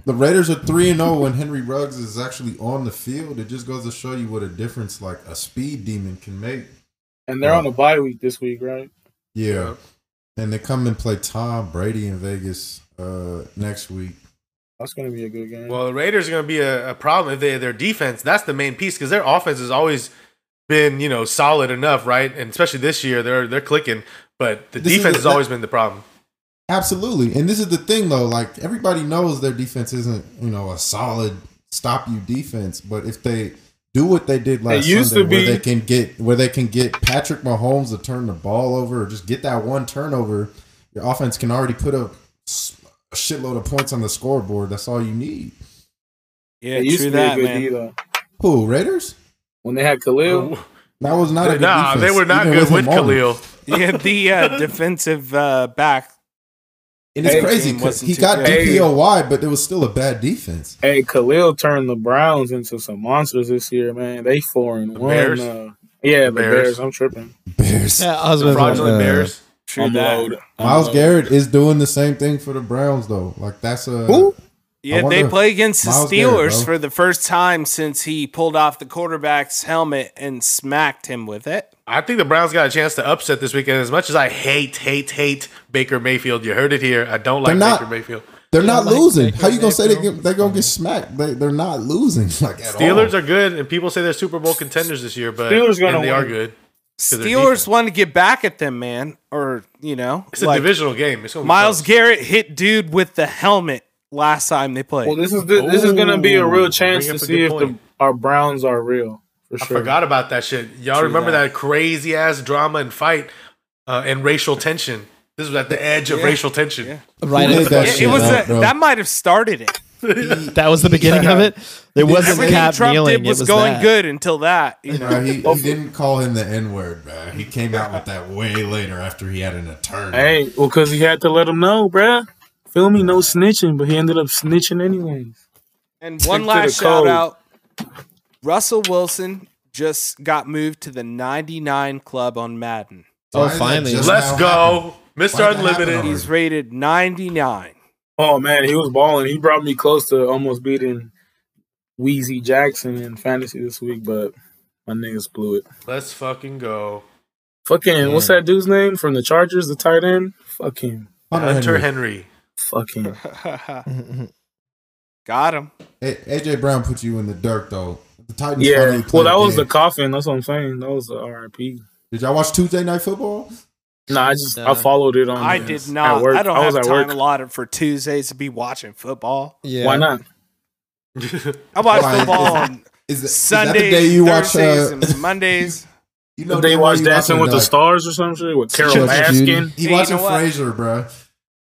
The Raiders are three and zero when Henry Ruggs is actually on the field. It just goes to show you what a difference like a speed demon can make. And they're on a bye week this week, right? Yeah, and they come and play Tom Brady in Vegas uh, next week. That's gonna be a good game. Well, the Raiders are going to be a, a problem if they their defense. That's the main piece because their offense has always been you know solid enough, right? And especially this year, they're they're clicking, but the This is defense the- has always been the problem. Absolutely. And this is the thing though, like everybody knows their defense isn't, you know, a solid stop you defense, but if they do what they did last It used Sunday, to where be- they can get where they can get Patrick Mahomes to turn the ball over or just get that one turnover, your offense can already put up s- a shitload of points on the scoreboard. That's all you need. Yeah, it used true to be a that, good man. D though. Who, Raiders? When they had Oh. Khalil, That was [laughs] not a good Nah, defense, they were not even good with him on it. Khalil. [laughs] yeah, the uh, defensive uh, back. And it's Hey, crazy team 'cause wasn't he too got good. Hey. DPOY, but it was still a bad defense. hey Khalil turned the Browns into some monsters this year, man. They four and one. Bears? uh, yeah, the Bears. Bears. I'm tripping. Bears. [laughs] Yeah, I was uh, The fraudulent uh, Bears. True I'm that. low. I'm Miles low. Garrett is doing the same thing for the Browns though. Like that's a Who? Yeah, I they wonder- play against the Miles Garrett, Steelers bro. for the first time since he pulled off the quarterback's helmet and smacked him with it. I think the Browns got a chance to upset this weekend. As much as I hate, hate, hate Baker Mayfield, you heard it here. I don't like They're not- Baker Mayfield. They're not like losing. Baker How you gonna say they Mayfield. get, they gonna get smacked? They they're not losing. [laughs] Like at Steelers all. are good, and people say they're Super Bowl contenders this year, but Steelers gonna and they are win. good. their defense. Steelers want to get back at them, man. Or you know, It's a like, divisional game. It's gonna be Miles close. Garrett hit dude with the helmet last time they played. Well, this is the, this is gonna be a Ooh, real chance bring up to a see if good the, point. our Browns are real. For I sure. forgot about that shit. Y'all remember that, crazy ass drama and fight uh, and racial tension. This was at the edge of racial tension. Right Who at made that the fucking- it, it shit was up, a, bro. that might have started it. That was the beginning of it. There wasn't Everything Cap Trump kneeling. did was, it was going that. good until that. You know, Bro, he, he didn't call him the N word, bro. He came out with that way later after he had an attorney. Hey, well, because he had to let him know, bruh. Feel me? No snitching, but he ended up snitching anyways. And to one the last shout code. out. Russell Wilson just got moved to the 99 club on Madden. Why Oh, is that finally. just Let's now happening? go, Mister Why'd that happen Unlimited. already? He's rated 99. Oh man, he was balling. He brought me close to almost beating Wheezy Jackson in fantasy this week, but my niggas blew it. Let's fucking go, Fucking, what's that dude's name from the Chargers, the tight end? Fucking, Hunter Hunter Henry. Henry. [laughs] fucking. got him. A- AJ Brown put you in the dirt though. The Titans. Yeah. finally Well, played that a was the game. coffin. That's what I'm saying. That was the RIP. Did y'all watch Tuesday Night Football? Nah, I just Nah. I followed it on. I uh, did at not. work. I don't I have was at time work. allotted for Tuesdays to be watching football. [laughs] Yeah. Why not? I watch Why? football Is- on Is, that- is that Sundays, the day you watch? Thursdays, [laughs] Uh, and Mondays. you know Did they the day watch you Dancing watching, with the like, Stars or some shit with Carol Judge Judy. Baskin? He Hey, you watching know what? Frasier, bro.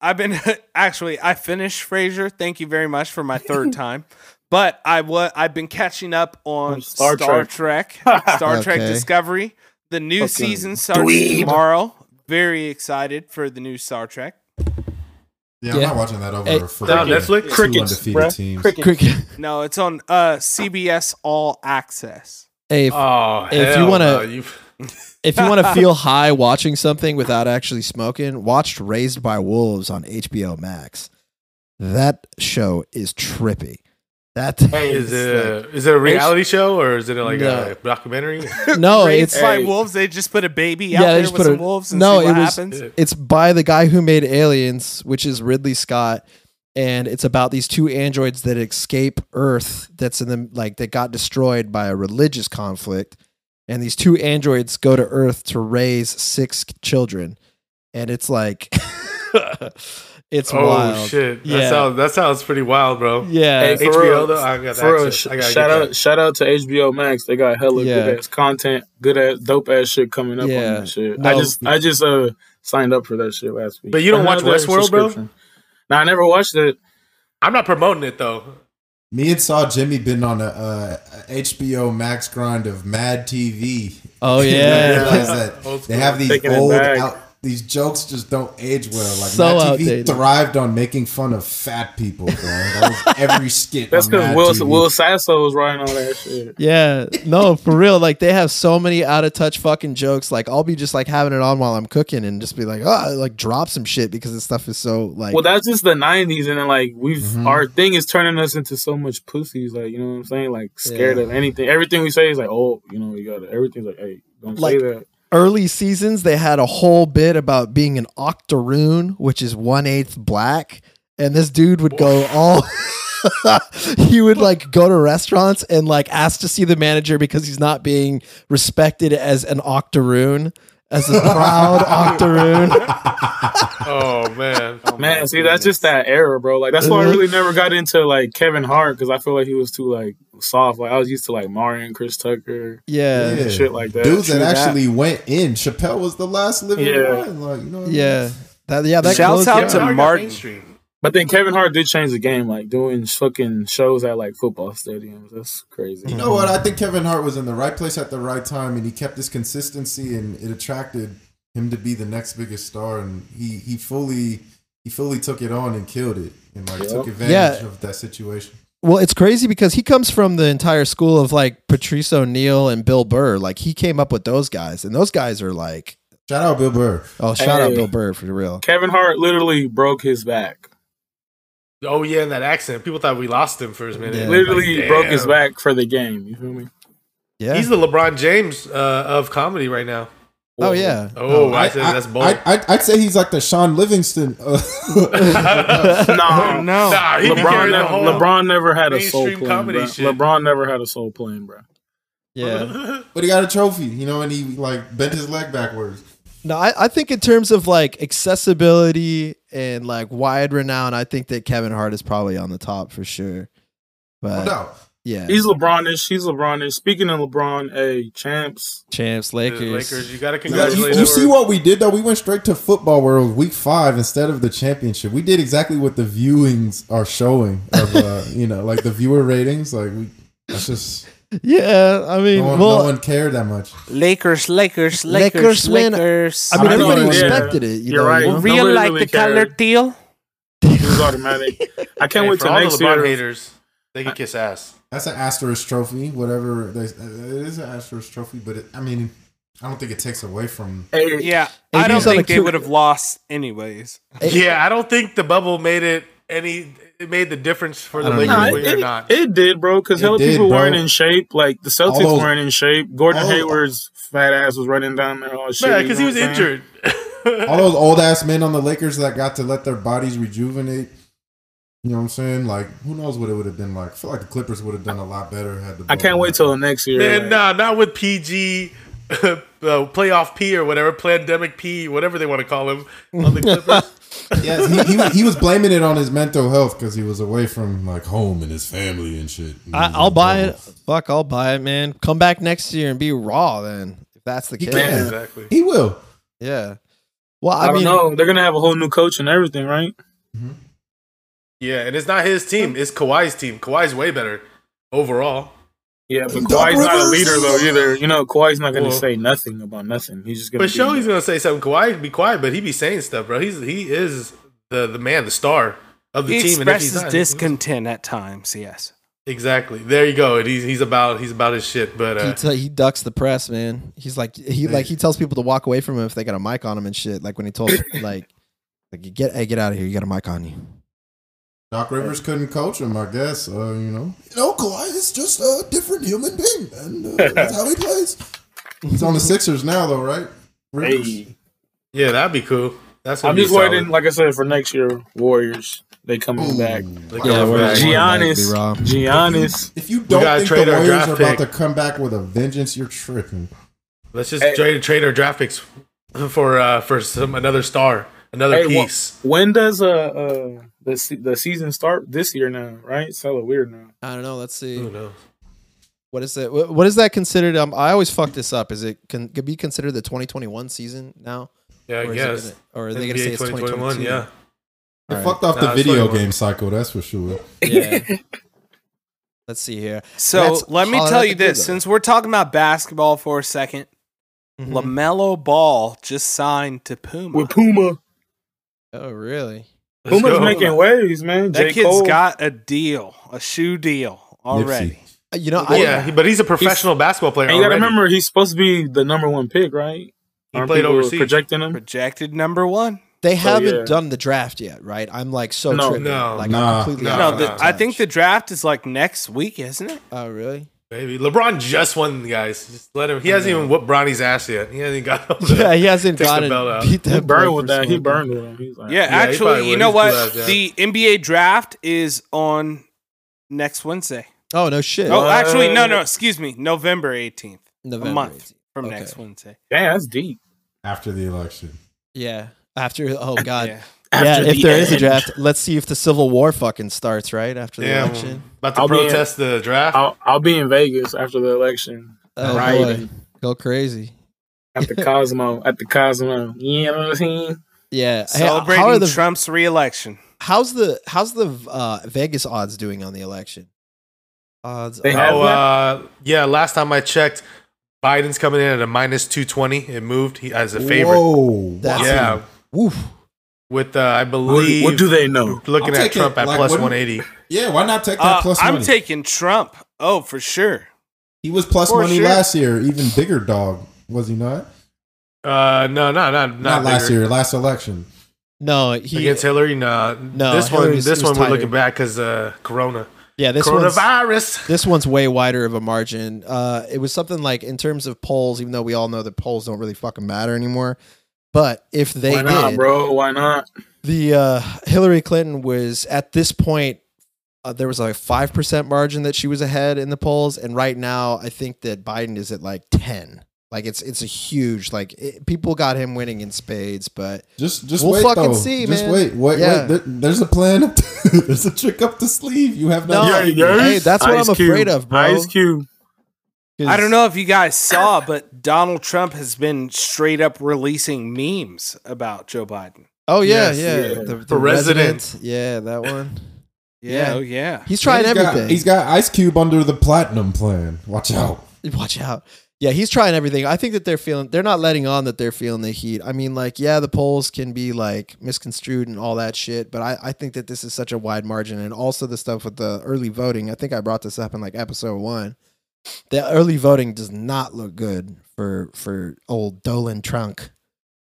I've been [laughs] actually I finished Frasier. Thank you very much for my third time. But I was I've been catching up on Star, Oh, Star Trek, [laughs] Star Trek Okay. Discovery. The new Fucking season starts tomorrow. Very excited for the new Star Trek. Yeah, I'm Yeah. not watching that over Hey, a freaking that on Netflix? two Crickets, undefeated bruh. teams. Crickets. Cricket. No, it's on uh, CBS All Access. [laughs] Hey, if, Oh, If you hell wanna- no, you- if you want to feel high watching something without actually smoking, watch Raised by Wolves on HBO Max. That show is trippy. That is it a, is it a reality show or is it like No. a documentary? [laughs] a, no, Raised Oh, it's by Hey. wolves. They just put a baby Yeah, out they there just with put some a- wolves and no, see what it was- happens. it's by the guy who made Aliens, which is Ridley Scott, and it's about these two androids that escape Earth that's in the like that got destroyed by a religious conflict, and these two androids go to Earth to raise six children, and it's like [laughs] it's oh wild. shit, that Yeah. sounds that sounds pretty wild, bro. Yeah, Hey, for HBO real, though, I got For real, access. sh- I gotta shout get out, shout out to HBO Max. They got hella Yeah. good ass content, good ass, dope ass shit coming up on Yeah. that shit. I No. just, I just uh signed up for that shit last week. But you don't watch Another Westworld, bro? subscription. Nah, I never watched it. I'm not promoting it though. Me and Saw Jimmy been on a, uh, a HBO Max grind of Mad TV. [laughs] Oh, And we yeah. [laughs] realized that Old they school. have these Taking it old back. out, these jokes just don't age well. Like So Mad outdated. TV thrived on making fun of fat people. Bro. That [laughs] was every skit. That's on because Mad Will TV. Will Sasso was writing all that shit. Yeah, no, for real. Like they have so many out of touch fucking jokes. Like I'll be just like having it on while I'm cooking and just be like, oh, like drop some shit because this stuff is so like. Well, that's just the '90s, and then like we've Mhm. our thing is turning us into so much pussies. Like you know what I'm saying? Like scared Yeah. of anything. Everything we say is like, oh, you know, you got to everything's like, hey, don't Like- say that. oh early seasons they had a whole bit about being an octoroon, which is one eighth black, and this dude would go all. [laughs] he would like go to restaurants and like ask to see the manager because he's not being respected as an octoroon, as a proud octoroon. Oh [laughs] man, Man, see, that's just that era, bro. Like that's why I Mm-hmm. really never got into like Kevin Hart because I feel like he was too like soft. Like I was used to like Marion, Chris Tucker, Yeah. Yeah. shit like that. Dudes that True that. actually went in. Chappelle was the last living Yeah. one. Like you know. What I mean? Yeah. That, yeah, that Shouts closed out it to out. Martin. But then Kevin Hart did change the game, like doing fucking shows at like football stadiums. That's crazy. You know Um, what? I think Kevin Hart was in the right place at the right time, and he kept his consistency, and it attracted him to be the next biggest star. And he he fully he fully took it on and killed it, and like took advantage Yeah. of that situation. Well, it's crazy because he comes from the entire school of like Patrice O'Neill and Bill Burr. Like he came up with those guys, and those guys are like, Shout out Bill Burr. oh, shout out Hey. Bill Burr for real. Kevin Hart literally broke his back. Oh yeah, and that accent. People thought we lost him for a minute. Yeah. Literally Like, he broke his damn. back for the game. You feel [laughs] me? Yeah. He's the LeBron James uh, of comedy right now. oh yeah. Oh, I, I, said that's bold. I, I, would say he's like the Sean Livingston. uh, of- No, no. nah, he LeBron, LeBron, never, whole, uh, LeBron never had a soul mainstream plane. comedy bruh. shit. LeBron never had a soul plane, bro. Yeah. [laughs] but he got a trophy, you know, and he like bent his leg backwards. No, I, I think in terms of like accessibility and like wide renown, I think that Kevin Hart is probably on the top for sure. No But doubt. yeah, He's LeBronish. He's LeBronish. Speaking of LeBron, hey champs, champs Lakers. Lakers, you gotta You, congratulate. you them. see what we did though? We went straight to football world week five instead of the championship. We did exactly what the viewings are showing of [laughs] uh, you know, like the viewer ratings. Like we that's just Yeah, I mean, no one, well, no one cared that much. Lakers, Lakers, Lakers, Lakers win. Lakers. I mean, I don't everybody know, yeah. expected it. You You're know, right. you know? Nobody Real like really the color cared. teal. It was automatic. [laughs] I can't Hey, wait for till all the next LeBron year. haters. They can kiss ass. That's an asterisk trophy, whatever they, it is an asterisk trophy, but it, I mean I don't think it takes away [laughs] from Hey, Yeah, And I don't he's on think a they cur- would have lost anyways. Yeah, I don't think the bubble made it any. It made the difference for the I don't Lakers, know. Nah, Nah, believe it or it, not. it did, bro. Because It hell, did, people bro. weren't in shape. Like the Celtics those- weren't in shape. Gordon all- Hayward's fat ass was running down there all shit. yeah, you because he know was what I'm saying? injured. all those old ass men on the Lakers that got to let their bodies rejuvenate. You know what I'm saying? Like, who knows what it would have been like? I feel like the Clippers would have done a lot better had the. I can't wait till next year. Man, like, nah, not with PG, [laughs] uh, playoff P or whatever, pandemic P, whatever they want to call him on the Clippers. Yes, he, he, was- he was blaming it on his mental health because he was away from like home and his family and shit. I, I'll buy it. Fuck, I'll buy it, man. Come back next year and be raw then, if that's the He case. can. exactly. He will. Yeah. Well, I, I, mean, don't know. They're gonna have a whole new coach and everything, right? Yeah, and it's not his team; it's Kawhi's team. Kawhi's way better overall. Yeah, but Doc Kawhi's not a Rivers. leader though either. You know, Kawhi's not gonna Well- say nothing about nothing. He's just gonna. But be- show he's gonna say something. Kawhi be quiet, but he be saying stuff, bro. He's he is the the man, the star of the He team. expresses not- discontent at times. Yes. Exactly. There you go. And He's he's about he's about his shit. But He, uh, t- he ducks the press, man. He's like he like he tells people to walk away from him if they got a mic on him and shit. Like when he [coughs] told like like you get hey get out of here, you got a mic on you. Doc Rivers couldn't coach him, I guess. Uh, you know, you know, Kawhi is just a different human being, [laughs] and uh, that's how he plays. He's on the Sixers now, though, right? Rivers. Hey, yeah, that'd be cool. That's gonna I'm be just solid. waiting, like I said, for next year Warriors. They coming Ooh. back. Like, Yeah, uh, we're- yeah, Giannis, raw. Giannis. If you don't gotta think the trade our Warriors draft are about pick. to come back with a vengeance, you're tripping. let's just Hey. trade trade our draft picks for uh, for some another star, another Hey, wh- piece. when does uh, uh the se- the season start this year now? Right, it's hella weird now. I don't know. Let's Who see. knows? What is that? What what is that considered? Um, I always fuck this up. Is it can, could be considered the 2021 season now? Yeah, Or I is it guess. gonna- or are they gonna say it's 2022? Yeah. They All right. fucked off Nah, the it's video fucking- game cycle, that's for sure. Yeah. Let's see here. So That's let me all tell that you they do, this: though. since we're talking about basketball for a 2nd Mhm. Lamelo Ball just signed to Puma. With Puma, Oh really? Let's Puma's go. making waves, man. that J. kid's Cole. got a deal, a shoe deal already. Uh, You know, I, Yeah, he- but he's a professional basketball player. And you got to already. remember, he's supposed to be the number one pick, right? He Aren't played people overseas. Projecting him. Projected number one. they haven't yeah. done the draft yet, right? I'm like so No. tripping. No. like Nah. I'm completely No, out no, of the, no. I think the touch. draft is like next week, isn't it? Oh really? Maybe LeBron just won, guys. Just let him. He hasn't even whooped Bronny's ass yet. He hasn't got. all the- [laughs] Yeah, he hasn't Takes the got belt out. it. Beat that He boy burned for with that. He smoking. burned with him. He's like, Yeah, he actually, probably you would. know He's what? blessed, yeah. The NBA draft is on next Wednesday. Oh no shit! Oh, What? actually, no, no, excuse me, November eighteenth oh November month. 18th. from Okay. next Wednesday. Damn, that's deep. After the election. Yeah. After oh [laughs] god. Yeah. Yeah, After if the there is a end. draft, let's see if the Civil War fucking starts right after the Damn, election. about to I'll be in- protest the draft. I'll, I'll be in Vegas after the election Oh, Right. boy. Go crazy. at the Cosmo. At the Cosmo. You know what I'm saying? Yeah. Hey, Celebrating how are the Trump's reelection. how's the how's the uh, Vegas odds doing on the election? Odds. They oh, have Oh, uh, yeah. Last time I checked, Biden's coming in at a minus two twenty. It moved he, as a favorite. Whoa. That's yeah, Woof. with uh, I believe. What, what do they know? Looking I'll at take it, Trump at like, what- one eighty. Yeah, why not take that Uh, plus I'm money? taking Trump. Oh, for sure. he was plus For money sure. last year, even bigger dog, was he not? Uh, no, no, not not, Not, last bigger. year, last election. No, he. against Hillary. Nah, No, This Hillary one, was- this was one, tighter. we're looking back because uh, Corona, yeah, this one's coronavirus. this one's way wider of a margin. Uh, it was something like in terms of polls, even though we all know that polls don't really fucking matter anymore. But if they Why not, did, bro? Why not? the uh, Hillary Clinton was at this point. Uh, there was like five percent margin that she was ahead in the polls, and right now I think that Biden is at like ten. Like it's it's a huge like it, people got him winning in spades, but Just just We'll wait though. fucking see, just man. wait. Wait, Yeah. wait. There, there's a plan. [laughs] there's a trick up the sleeve. You have No. no, Yeah, yeah. Hey, that's what I'm Cube. afraid of, bro. Ice Cube. I don't know if you guys saw, but Donald Trump has been straight up releasing memes about Joe Biden. Oh yeah, Yes, yeah, yeah. The, the The Resident. Yeah, that one. Yeah. Yeah, oh, yeah. He's trying He's got- everything. he's got Ice Cube under the platinum plan. Watch out. [laughs] Watch out. Yeah, he's trying everything. I think that they're feeling they're not letting on that they're feeling the heat. I mean, like, yeah, the polls can be like misconstrued and all that shit, but I, I think that this is such a wide margin and also the stuff with the early voting. I think I brought this up in like episode one. The early voting does not look good for for old Dolan Trunk.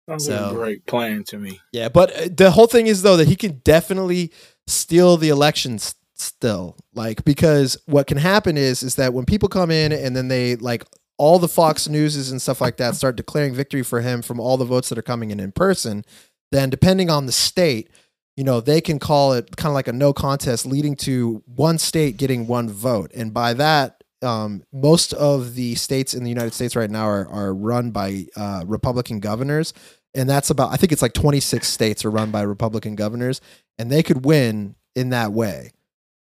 Sounds So- like a great plan to me. Yeah, but uh, the whole thing is though that he can definitely steal the elections still. Like because what can happen is is that when people come in and then they like all the Fox Newses and stuff like that start declaring victory for him from all the votes that are coming in in person, then depending on the state, you know, they can call it kind of like a no contest leading to one state getting one vote. And by that, um, most of the states in the United States right now are, are run by uh, Republican governors and that's about I think it's like 26 states are run by Republican governors, and they could win in that way.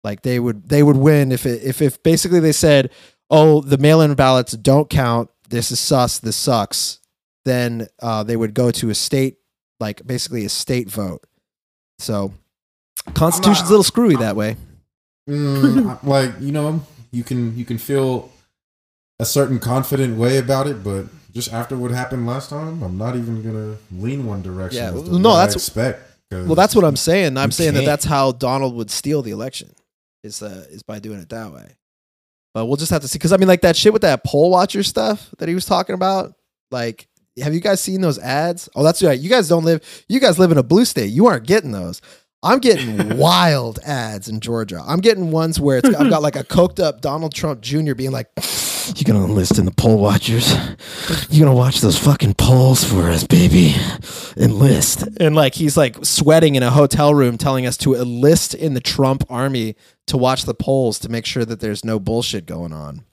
Like they would they would win if it, if if basically they said, "Oh, the mail-in ballots don't count. This is sus. This sucks." Then uh, they would go to a state like basically a state vote. So Constitution's a little screwy that way. Mm, [laughs] like you know, you can you can feel a certain confident way about it, but just after what happened last time, I'm not even gonna lean one direction. Yeah, as to no, what I that's- expect. Well, that's what I'm saying. I'm You saying that can't. that's how Donald would steal the election is uh, is by doing it that way. But we'll just have to see because I mean, like that shit with that poll watcher stuff that he was talking about. Like, have you guys seen those ads? Oh, that's right. You guys don't live. You guys live in a blue state. You aren't getting those. [laughs] I'm getting wild ads in Georgia. I'm getting ones where it's I've got like a coked up Donald Trump Jr. being like, You're gonna enlist in the poll watchers. You're gonna watch those fucking polls for us, baby. Enlist. and like he's like sweating in a hotel room telling us to enlist in the Trump army to watch the polls to make sure that there's no bullshit going on.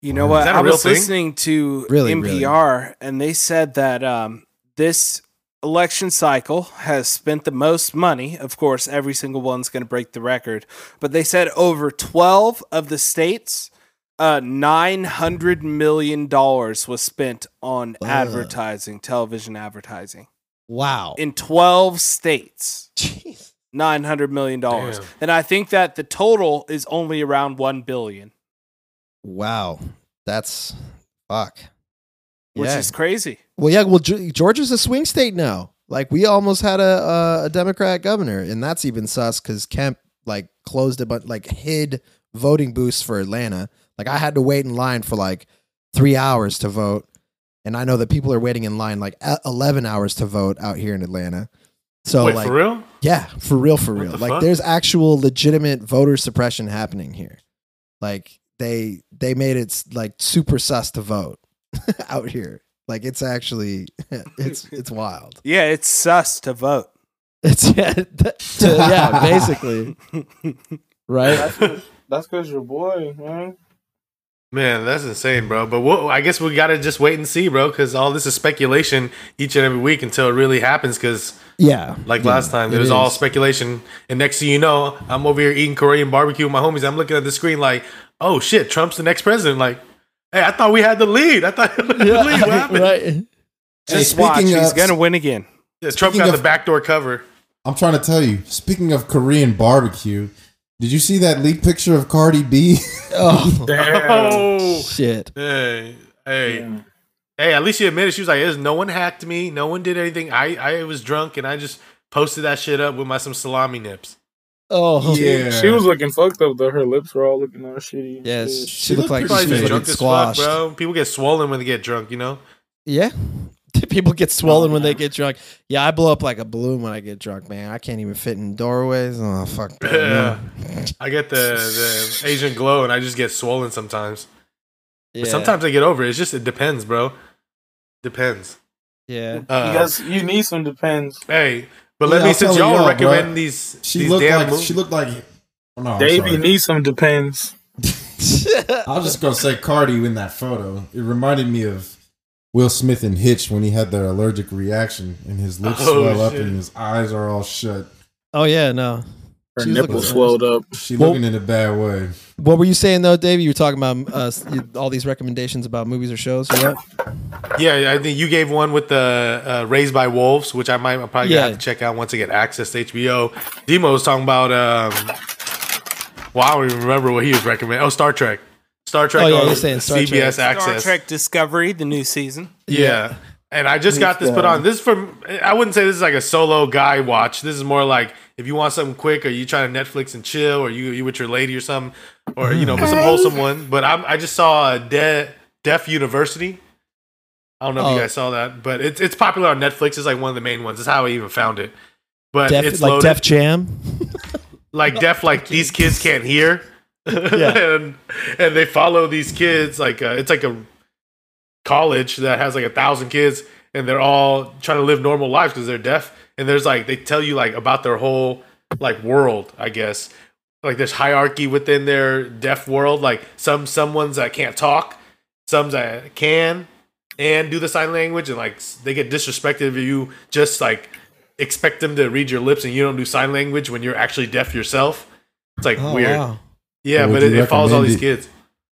You know what? that a I real was thing? listening to Really, really. NPR, and they said that um, this election cycle has spent the most money. Of course, every single one's going to break the record, but they said over twelve of the states, uh, nine hundred million dollars was spent on Wow. advertising, television advertising Wow. in twelve states. Jeez. Nine hundred million dollars, Damn. and I think that the total is only around one billion, Wow. That's fuck. which yeah. is crazy. well, yeah. Well, Ge- Georgia's a swing state now. Like we almost had a a, a Democrat governor, and that's even sus because Kemp like closed a bunch, like hid voting booths for Atlanta. Like I had to wait in line for like three hours to vote, and I know that people are waiting in line like e- eleven hours to vote out here in Atlanta. So Wait, like, for real? Yeah, for real, for real. the like fuck? there's actual legitimate voter suppression happening here. Like they they made it like super sus to vote [laughs] out here. Like it's actually [laughs] it's it's wild. Yeah, it's sus to vote. It's yeah, [laughs] that- to- [laughs] yeah, basically, right? That's because your boy, man. Man, that's insane, bro. But we'll, I guess we gotta just wait and see, bro, because all this is speculation each and every week until it really happens. Because Yeah, like Yeah, last time, it, it was all is. speculation. And next thing you know, I'm over here eating Korean barbecue with my homies. I'm looking at the screen like, oh shit, Trump's the next president. Like, hey, I thought we had the lead. I thought [laughs] we had the lead. What happened? [laughs] right. Just speaking watch. He's of- gonna win again. Yeah, Trump Speaking got of- the backdoor cover. I'm trying to tell you. Speaking of Korean barbecue, did you see that leaked picture of Cardi B? [laughs] Oh [laughs] Damn. Oh, shit! hey, hey. Hey, at least she admitted she was like, "There's no one hacked me. No one did anything. I, I was drunk and I just posted that shit up with my some salami nips." Oh yeah, She was looking fucked up though. Her lips were all looking all shitty. and Yes, shit. she, looked like she Probably was pretty just looking drunk as fuck, squashed. bro. People get swollen when they get drunk, you know. Yeah. [laughs] People Oh, get swollen when they get drunk. Yeah, I blow up like a balloon when I get drunk, man. I can't even fit in doorways. Oh fuck. that, Yeah. man. I get the, [laughs] the Asian glow and I just get swollen sometimes. yeah. But sometimes I get over it. It's just it depends, bro. Depends. Yeah. [laughs] you, Uh, guys, you need some depends. hey, but Yeah, let me I'm since telling y'all, y'all, bro. recommend these she these looked damn like movies. she looked like. Oh, no, I'm Davey sorry. needs some depends. I was just gonna say Cardi in that photo. It reminded me of Will Smith in Hitch when he had the allergic reaction and his lips Oh, swell up shit. and his eyes are all shut. oh yeah, no. Her She was nipples looking- swelled up. She Well- looking in a bad way. What were you saying though, Dave? You were talking about uh, s- you- all these recommendations about movies or shows. Uh, or what? Yeah, I think you gave one with the uh, Raised by Wolves, which I might I'm probably Yeah. gonna have to check out once I get access to HBO. Demo was talking about. Um, well, I don't even remember what he was recommending. Oh, Star Trek. Star Trek Oh, yeah, on you're saying Star CBS Star Access. Trek Discovery, the new season. Yeah. And I just got this put on. This is from I wouldn't say this is like a solo guy watch. This is more like if you want something quick, or you trying to Netflix and chill, or you you with your lady or something, or you know for some wholesome one. But I'm, I just saw a De- Deaf University. I don't know if Oh. you guys saw that, but it's it's popular on Netflix. It's like one of the main ones. It's how I even found it. But Def, it's like loaded Def Jam. like deaf like these kids can't hear [laughs] Yeah. and and they follow these kids like uh, it's like a college that has like a thousand kids and they're all trying to live normal lives because they're deaf and there's like they tell you like about their whole like world i guess like there's hierarchy within their deaf world like some some ones that can't talk some that can and do the sign language and like s- they get disrespected if you just like expect them to read your lips and you don't do sign language when you're actually deaf yourself it's like Oh, weird wow. yeah Would but you it, it follows all recommend these it? kids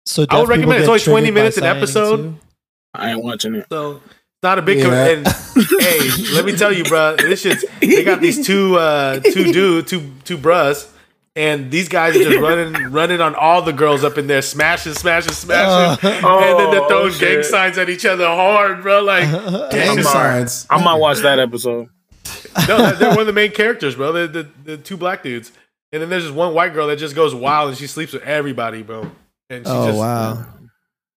So I would deaf people recommend it. It's get only 20 triggered by minutes an signing, episode. too? I ain't watching it. so it's not a big com- Yeah. [laughs] and hey let me tell you bruh, this shit's they got these two uh two dude two two bruhs and these guys are [laughs] just running running on all the girls up in there smashing smashing smashing Uh, and then they're throwing Oh, gang [laughs] shit. signs at each other hard bro like Gang damn. signs. I might watch that episode. No, that, they're one of the main characters, bro. The, the the two black dudes, and then there's this one white girl that just goes wild and she sleeps with everybody, bro. And she Oh just, wow.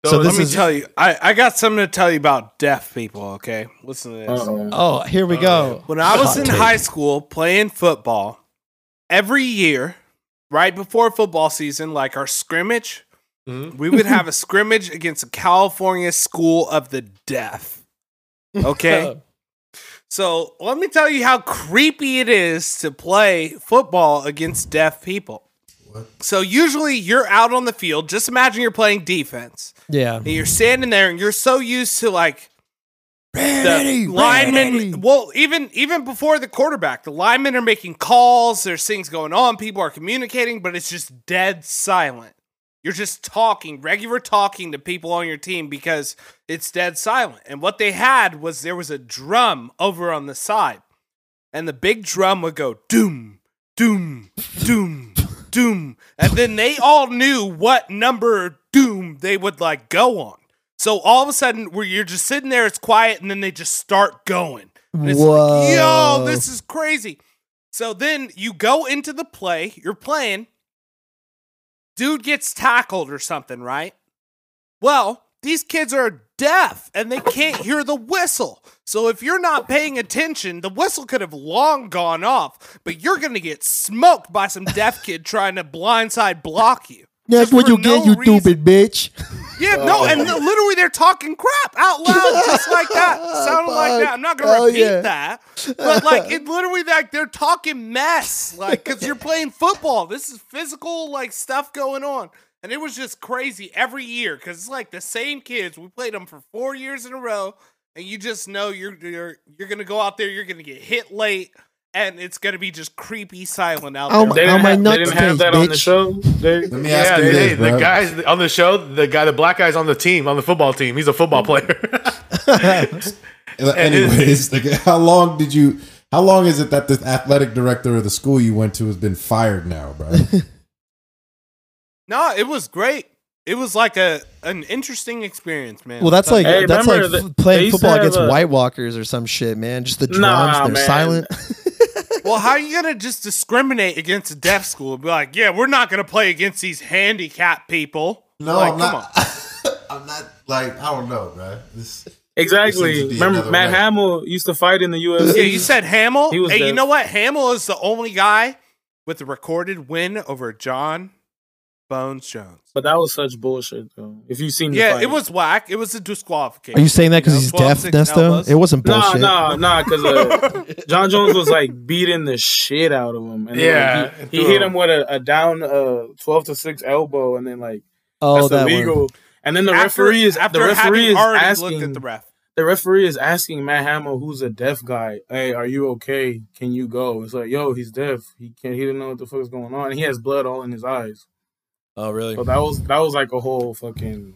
So, So let this me is- tell Tell you, I, I got something to tell you about deaf people. Okay, listen to this. Uh-oh. Oh, here we go. Uh, When I was Hot in take. high school playing football, every year, right before football season, like our scrimmage, Mhm. Mm-hmm. we would have a scrimmage against a California school of the deaf. Okay. [laughs] so let me tell you how creepy it is to play football against deaf people. So usually you're out on the field. Just imagine you're playing defense Yeah. and you're standing there and you're so used to like the linemen. Well, even even before the quarterback, the linemen are making calls. There's things going on. People are communicating, but it's just dead silent. You're just talking, regular talking to people on your team because it's dead silent. And what they had was there was a drum over on the side, and the big drum would go doom, doom, doom, doom, and then they all knew what number doom they would like go on. So all of a sudden, where you're just sitting there, it's quiet, and then they just start going. And it's like, yo, Whoa. this is crazy. So then you go into the play, you're playing, dude gets tackled or something, right? Well, these kids are deaf and they can't hear the whistle. So if you're not paying attention, the whistle could have long gone off, but you're going to get smoked by some deaf kid trying to blindside block you. That's Just what for you no get, you reason. stupid bitch. Yeah, no, and li- literally they're talking crap out loud, just like that, sounding like that. I'm not gonna Oh, repeat yeah. that, but like it literally like they're talking mess, like because you're playing football. This is physical like stuff going on, and it was just crazy every year because it's like the same kids. We played them for four years in a row, and you just know you're you're you're gonna go out there, you're gonna get hit late, and it's gonna be just creepy silent out Oh there. my- They didn't, my have, they nuts didn't have days, that on the bitch. show. They, Let me ask Yeah, you they, this, they- bro. the guys on the show, the guy, the black guy's on the team, on the football team. He's a [laughs] football player. [laughs] Uh, Anyways, [laughs] like, how long did you? How long is it that the athletic director of the school you went to has been fired now, bro? No, it was great. It was like a an interesting experience, man. Well, that's like Hey, that's like remember f- the- they playing used to football against have a- White Walkers or some shit, man. Just the drums, Nah, they're man. [laughs] silent. Well, how are you gonna just discriminate against a deaf school and be like, yeah, we're not gonna play against these handicapped people? No, Like, I'm come not. [laughs] I'm not like I don't know, bro. This, This exactly. seems to be Remember, another Matt way. Hamill used to fight in the Yeah, UFC. you said Hamill. He was Hey, you deaf. know what? Hamill is the only guy with a recorded win over John Bones Jones. but that was such bullshit, though. If you've seen the Yeah, fight. it was whack. It was a disqualification. Are you saying that because know, he's 12, deaf, six Nesto? elbows. It wasn't Nah, bullshit. nah, nah, [laughs] because uh, John Jones was like beating the shit out of him. And then, Yeah, like, he, threw he hit him. him with a, a down uh, 12 to 6 elbow, and then like, oh, that's that illegal. one. And then the After- referee is after the referee having is already asking looked at the ref. the referee is asking Matt Hamill, who's a deaf guy, "Hey, are you okay? Can you go?" It's like, "Yo, he's deaf. He can't. He didn't know what the fuck's going on. And he has blood all in his eyes." Oh, really? So that was that was like a whole fucking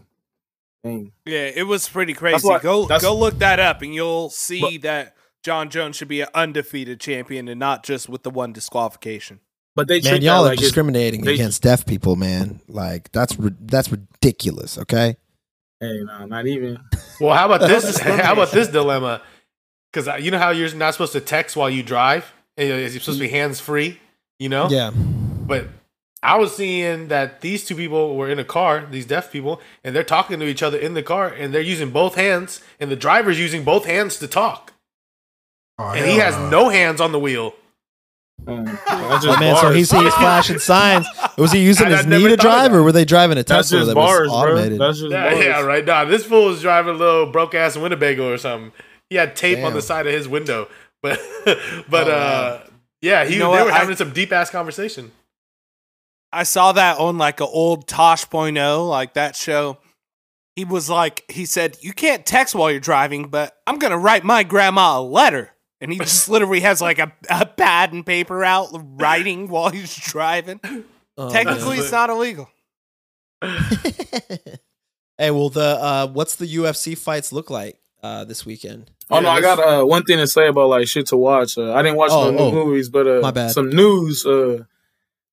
thing. Yeah, it was pretty crazy. why- go that's- go look that up, and you'll see that John Jones should be an undefeated champion and not just with the one disqualification. But Man, they treat that y'all are like it's, discriminating they- against deaf people, man. Like that's ri- that's ridiculous. Okay. hey, nah, not even. well, how about this? [laughs] how about this dilemma? Because you know how you're not supposed to text while you drive. And You're you're supposed to be hands free. You know. Yeah. But I was seeing that these two people were in a car, these deaf people, and they're talking to each other in the car, and they're using both hands, and the driver's using both hands to talk, Oh, and he hell has no hands on the wheel. Um, that's [laughs] Oh, just man, bars. so he's, he's flashing [laughs] signs. Was he using I- I his knee never to thought of drive, that. or were they driving a that's Tesla just that was bars, bro. automated? That's just Yeah, bars. yeah, right. Nah, this fool was driving a little broke ass Winnebago or something. He had tape on Damn. the side of his window, [laughs] but but uh, yeah, he You know they what? were I- having some deep ass conversation. I saw that on like an old Tosh.0, like that show. He was like, he said, You can't text while you're driving, but I'm going to write my grandma a letter. And he [laughs] just literally has like a, a pad and paper out [laughs] writing while he's driving. [laughs] Oh, Technically, it's not illegal. man. hey, well, the uh, what's the UFC fights look like uh, this weekend? Oh no, I got uh, one thing to say about like shit to watch. Uh, I didn't watch Oh, no new oh. movies, but uh, My bad. some news. Uh,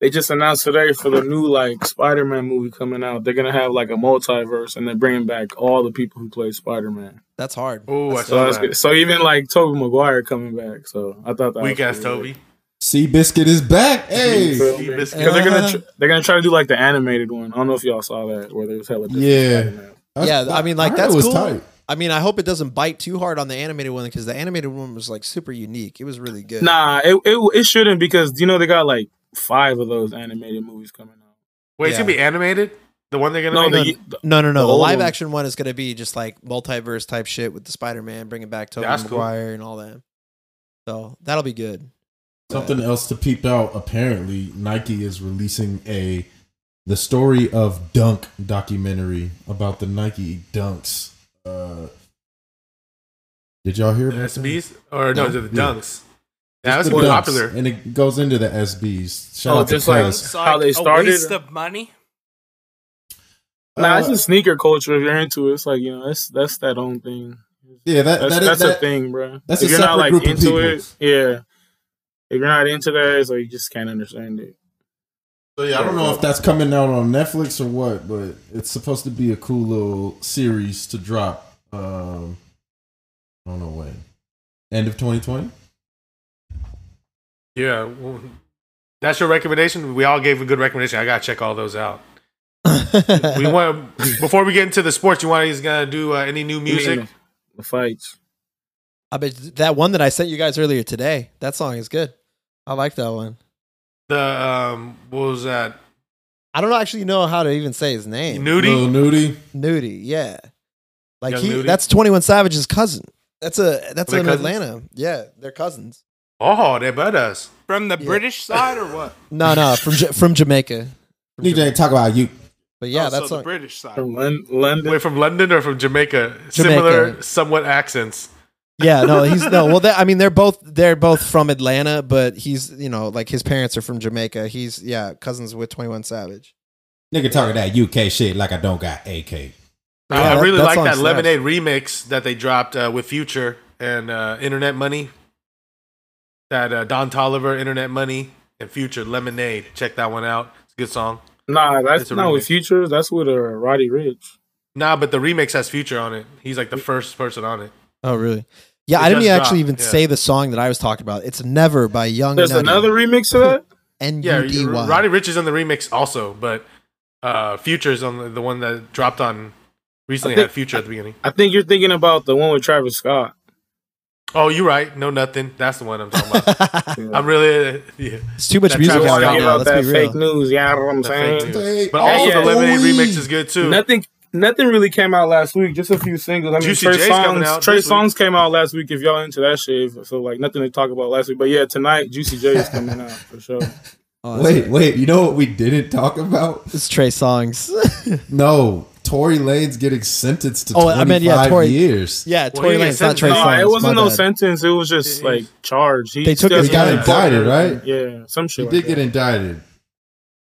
they just announced today for the new like Spider-Man movie coming out. They're gonna have like a multiverse, and they're bringing back all the people who play Spider-Man. That's hard. Oh, I So, saw that's that. good. so even like Toby Maguire coming back. So I thought that Weak ass was pretty Toby. Sea Biscuit is back. Hey. good. Sea-Biscuit. Because they're [laughs] gonna tr- they're gonna try to do like the animated one. I don't know if y'all saw that where there was hella. different Yeah. Spider-Man. yeah, I mean, like heard that's it was cool. tight. I mean, I hope it doesn't bite too hard on the animated one because the animated one was like super unique. It was really good. Nah, it, it it shouldn't because you know they got like five of those animated movies coming out. Wait, it's gonna be animated. The one they're No, gonna the, make. the No, no, no. The, The old live one. action one is going to be just like multiverse type shit with the Spider Man bringing back Tobey That's cool. Maguire and all that. So that'll be good. Something else to peep out. Apparently, Nike is releasing a the story of dunk documentary about the Nike dunks. Uh, did y'all hear The about that? SBs or no, the Yeah. dunks. Yeah, that's The more dunks, popular. and it goes into the SBs. Shout Oh, out to just like- Kaz. How they started? A waste of money. nah, it's Uh, just sneaker culture. If you're into it, it's like you know that's that's that own thing. yeah, that, That's that is that's that, a thing, bro. that's if a you're separate not like group of into people. it, yeah. If you're not into that, it's like you just can't understand it. So yeah, I don't know if that's coming out on Netflix or what, but it's supposed to be a cool little series to drop. Um, I don't know when. End of 2020. Yeah, well, that's your recommendation. We all gave a good recommendation. I gotta check all those out. [laughs] we want before we get into the sports. You want he's gonna do uh, any new music? the, the fights. I bet that one that I sent you guys earlier today. That song is good. I like that one. The um, what was that? I don't actually know how to even say his name. Nudie. Lil Nudie. Nudie, yeah. Like Young he, Nudie? that's Twenty One Savage's cousin. That's a that's Are they in cousins? Atlanta. Yeah, they're cousins. Oh, they but us. From the Yeah. British side or what? No, no, from Ja- from Jamaica. From Nigga Jamaica. ain't talk about you. But yeah, Oh, that's so the song. British side. From Lon- London. Wait, from London or from Jamaica? Jamaica. Similar, somewhat accents. yeah, no, he's no. Well, they, I mean, they're both they're both from Atlanta, but he's you know like his parents are from Jamaica. He's yeah cousins with Twenty One Savage. Nigga talking that UK shit like I don't got AK. Yeah, I, I that- really that like song that slaps. Lemonade remix that they dropped uh, with Future and uh, Internet Money. That uh, Don Tolliver, Internet Money, and Future Lemonade. Check that one out. It's a good song. Nah, It's that's a not with remix. Future. That's with uh, Roddy Rich. Nah, but the remix has Future on it. He's like the first person on it. Oh, really? Yeah, It I didn't just dropped, actually even yeah. say the song that I was talking about. It's Never by Young. There's Nutty. another remix of that. N Yeah, U D Y. Roddy Rich is on the remix also, but uh, Future's on the, the one that dropped on recently. I think- had Future at the beginning. I think you're thinking about the one with [laughs] Travis Scott. Oh, you're right. No, nothing. That's the one I'm talking about. [laughs] I'm really uh, yeah. It's too much That music Travis Scott out right Talking now. about Let's that be fake real. news. Yeah, you know what I'm The fake saying. news. Hey, But also yeah. the lemonade Oi. remix is good too. Nothing. Nothing really came out last week. Just a few singles. I mean, Juicy Trey J's coming out songs. Trey this week. songs came out last week. If y'all into that shit, so like nothing to talk about last week. But yeah, tonight Juicy J is coming out for sure. Oh, that's Wait, right. wait. You know what we didn't talk about? it's Trey songs. No, Tory Lane's getting sentenced to Oh, I 25 mean, yeah, Tory- years. yeah, he Tory didn't Lane's get not Trey sentenced. songs. No, it wasn't my no bad. sentence. It was just It- like charged. He They took still his He got got indicted, right? Yeah, some He shit. like did get that. indicted,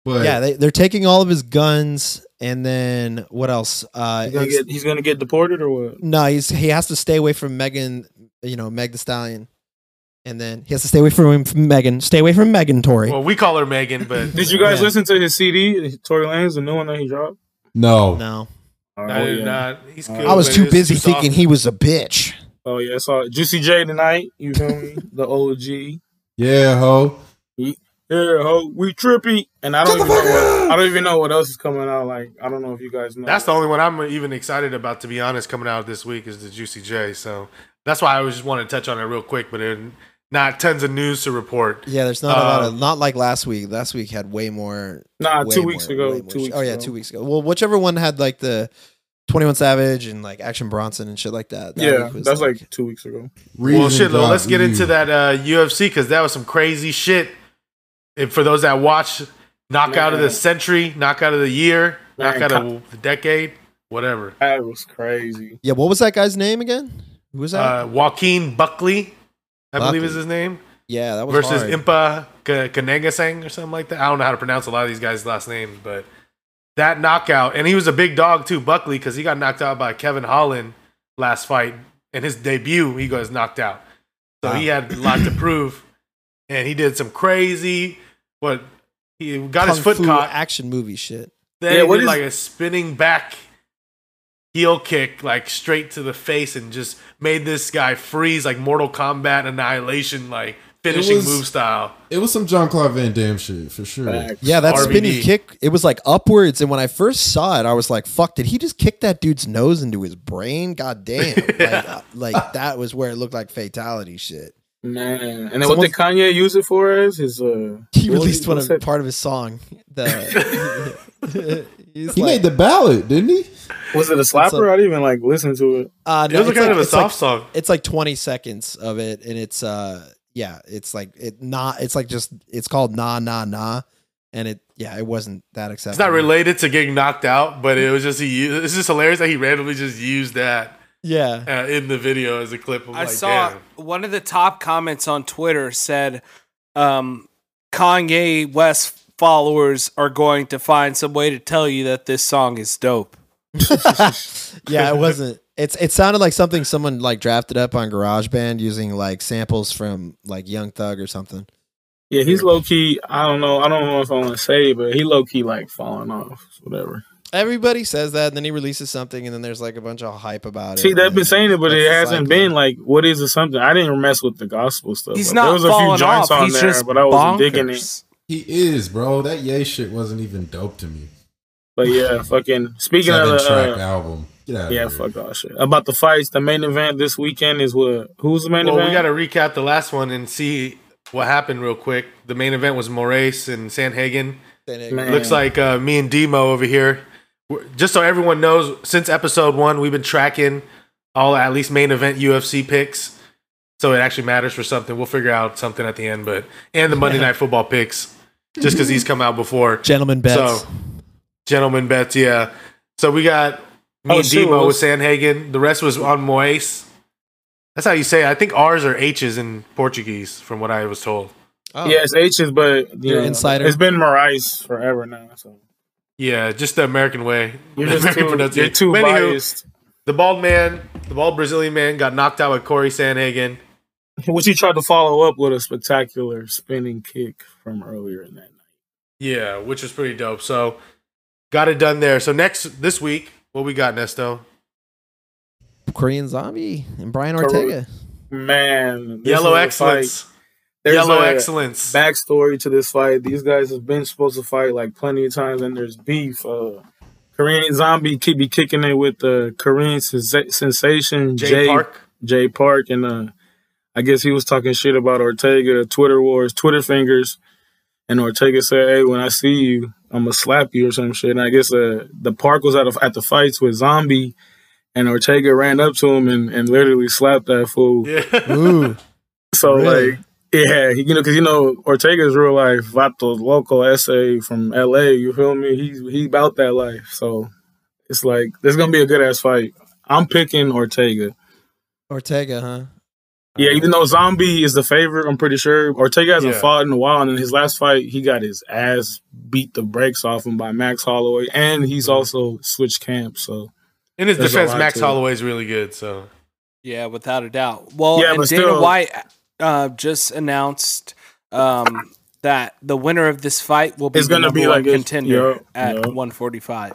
but Yeah, they, they're taking all of his guns, and then what else? Uh, He's gonna it's- get. He's gonna get deported or what? No, he's he has to stay away from Megan, you know, Meg the Stallion. And then he has to stay away from, from Megan. Stay away from Megan, Tori. Well, we call her Megan, but [laughs] Did you guys Yeah. listen to his CD, Tory Lanez, the new one that he dropped? no, no. I oh, did yeah. not. He's good, Uh, I was but too it's busy soft. thinking he was a bitch. Oh yeah, I saw it. Juicy J tonight. You feel [laughs] me? The OG. yeah, ho. Yeah, ho, we trippy. And I don't even know what, I don't even know what else is coming out. Like I don't know if you guys know. That's the only one I'm even excited about, to be honest. Coming out this week is the Juicy J, so that's why I was just wanted to touch on it real quick. But it, not tons of news to report. Yeah, there's not a lot of Um, not like last week. Last week had way more. nah. way Uh, Two weeks more- way ago. more Two shit. weeks. Oh yeah, ago. two weeks ago. Well, whichever one had like the Twenty One Savage and like Action Bronson and shit like that. that Yeah, week was, that's like two weeks ago. Well, shit, though, though. let's get into that uh, UFC because that was some crazy shit. And for those that watch, knockout of the Man. century, knockout of the year, Man, knockout of the decade, whatever. That was crazy. yeah. What was that guy's name again? Who was that? Uh, Joaquin Buckley, I believe Buckley. is his name. yeah, that was versus hard. Impa K- Kanegasang or something like that. I don't know how to pronounce a lot of these guys' last names, but that knockout, and he was a big dog too, Buckley, because he got knocked out by Kevin Holland last fight. In his debut, he goes knocked out, so he had a lot [clears throat] to prove, and he did some crazy. What he got his Kung foot Fu caught. action movie shit. Then Yeah, he what did is- like a spinning back heel kick like straight to the face and just made this guy freeze like Mortal Kombat Annihilation like finishing was- move style. It was some John Claude Van Damme shit for Hmm. sure. Facts. Yeah, that RVD. spinning kick, it was like upwards. And when I first saw it, I was like, fuck, did he just kick that dude's nose into his brain? [laughs] God damn. like, uh, like, that was where it looked like fatality shit. Man, and then what did Kanye use it for? Is his uh, He what released was- one what's of that- part of his song. [laughs] The, [laughs] he's He like, made the ballad, didn't he? Was it a slapper? I didn't even like listen to it. uh, no, It was a it's kind like- of a it's like- soft song. it's like 20 seconds of it and it's uh yeah it's like it not it's like just it's called nah nah nah and it yeah it wasn't that acceptable It's not related to getting knocked out, but it was just he. Used, it's just hilarious that he randomly just used that yeah uh, in the video as a clip. I'm I like, saw damn. one of the top comments on Twitter said, um, Kanye West followers are going to find some way to tell you that this song is dope. yeah it wasn't it's it sounded like something someone like drafted up on garageband using like samples from like young thug or something Yeah, he's low key. I don't know. I don't know if I want to say, but he low key like falling off. Whatever. everybody says that and then he releases something and then there's like a bunch of hype about it See, they've and been saying it, but that's it the hasn't cycle. been like what is it something? I didn't mess with the gospel stuff. He's Like, not There was a few falling joints off. on He's there, just but I wasn't digging it. bonkers. He is, bro. That Ye shit wasn't even dope to me. But yeah, fucking. Speaking of Seven the. track Uh, album. Get out yeah, of here. fuck all shit. About the fights, the main event this weekend is what? Who's the main Well, event? we got to recap the last one and see what happened real quick. The main event was Moraes and Sanhagen. Then it- Man. Looks like uh, me and Demo over here. We're- Just so everyone knows, since episode one, we've been tracking all at least main event UFC picks. So it actually matters for something. We'll figure out something at the end, but and the Monday Night Football picks, just because these come out before gentlemen bets So, gentlemen bets. Yeah. So we got me Oh, and shoot, Demo with what was- Sanhagen. The rest was on Moise. That's how you say. It. I think R's or H's in Portuguese, from what I was told. Oh. Yeah, it's H's, but you Your know, insider. It's been Marais forever now. So Yeah, just the American way. [laughs] you're just American too, pronunciation. you're too But anywho, biased. The bald man, the bald Brazilian man, got knocked out with Corey Sanhagen. Which he tried to follow up with a spectacular spinning kick from earlier in that night. Yeah, which was pretty dope. So got it done there. So next this week, what we got, Nesto? korean zombie and brian Correct. ortega Man, this Yellow was a excellence. fight. There's Yellow a excellence. Backstory to this fight: These guys have been supposed to fight like plenty of times, and there's beef. Uh, Korean Zombie keep be kicking it with the Korean sensa- sensation Jay, Jay Park. Jay Park, and uh, I guess he was talking shit about Ortega, Twitter wars, Twitter fingers, and Ortega said, "Hey, when I see you, I'm gonna slap you or some shit." And I guess uh, the Park was at the, at the fights with Zombie, and Ortega ran up to him and, and literally slapped that fool. [laughs] Yeah. ooh So Really? like, yeah, he- you know, because you know Ortega's real life, Vato local essay from L.A. You feel me? He's he about that life. So it's like this gonna be a good ass fight. I'm picking Ortega. ortega huh Mm-hmm. Yeah, even though Zombie is the favorite, I'm pretty sure Ortega hasn't Yeah. fought in a while, and in his last fight, he got his ass beat the brakes off him by Max Holloway, and he's also switched camps. So In his There's a defense, lot Max to it. Holloway's really good. So Yeah, without a doubt. Well, and Yeah, Dana but still- White uh, just announced um, that the winner of this fight will be It's the gonna number be one like this. contender Yeah, at yeah. 145.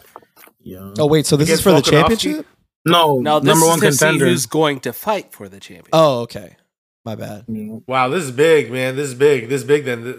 yeah, oh wait so this is Against for the Volkanovski. championship no, Now, this number is one to see contender. who's going to fight for the championship. oh okay my bad Yeah. Wow, this is big, man. This is big. This is big. Then, Th-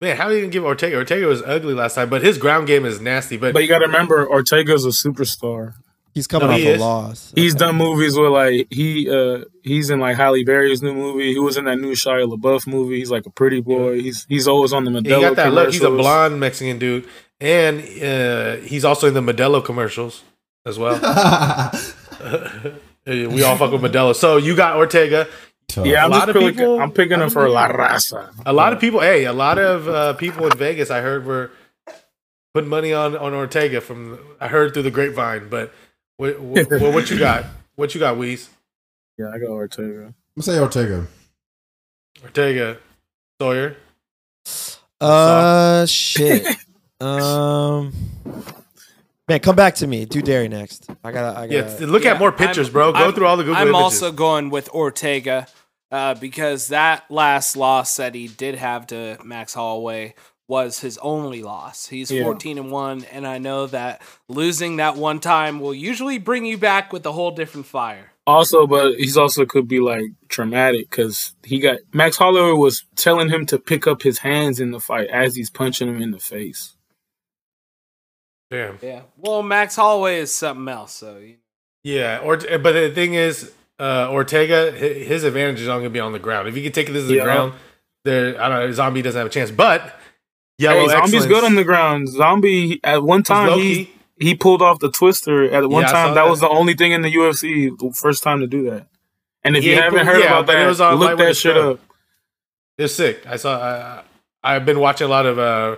man, how do you even give Ortega? Ortega was ugly last time, but his ground game is nasty. But, But you got to remember, Ortega's a superstar. he's coming No, off he a is. loss He's Okay. done movies where like he uh he's in like Halle Berry's new movie. He was in that new Shia LaBeouf movie. He's like a pretty boy. He's he's always on the Modelo. he got that look. He's a commercials. blonde Mexican dude, and uh, he's also in the Modelo commercials as [laughs] well. [laughs] we all fuck with Modelo. So you got Ortega. [laughs] Tough. Yeah, I'm A lot just of picking, people- I'm picking him for La Raza. A lot of people. Hey, a lot of uh, people in Vegas I heard were putting money on on Ortega. From I heard through the grapevine. But what, what, what you got? What you got, Weez? Yeah, I got Ortega. I'm say Ortega. Ortega, Sawyer. Uh, shit. [laughs] um, man, come back to me. Do dairy next. I gotta. I Yeah, gotta. t- look at Yeah, more pictures, I'm- bro. Go I'm- through all the Google I'm images. also going with Ortega uh, because that last loss that he did have to Max Holloway was his only loss. He's Yeah. 14 and 1 and I know that losing that one time will usually bring you back with a whole different fire. Also, but he's also could be like traumatic because he got Max Holloway was telling him to pick up his hands in the fight as he's punching him in the face. Damn. Yeah. Well, Max Holloway is something else, so you Yeah. Or but the thing is, uh, Ortega, hi- his advantage is only gonna be on the ground. If he can take this to the Yeah. ground, there. I don't know. Zombie doesn't have a chance. But yellow Hey, zombie's excellence. good on the ground. Zombie at one time he low-key. he pulled off the twister. At one Yeah, I time, saw that, was that. the only thing in the UFC the first time to do that. And if Yeah, you he haven't pulled- heard yeah, about but it that, was on look Lightweight that shit Strong. up. They're sick. I saw. I, I- I've been watching a lot of uh,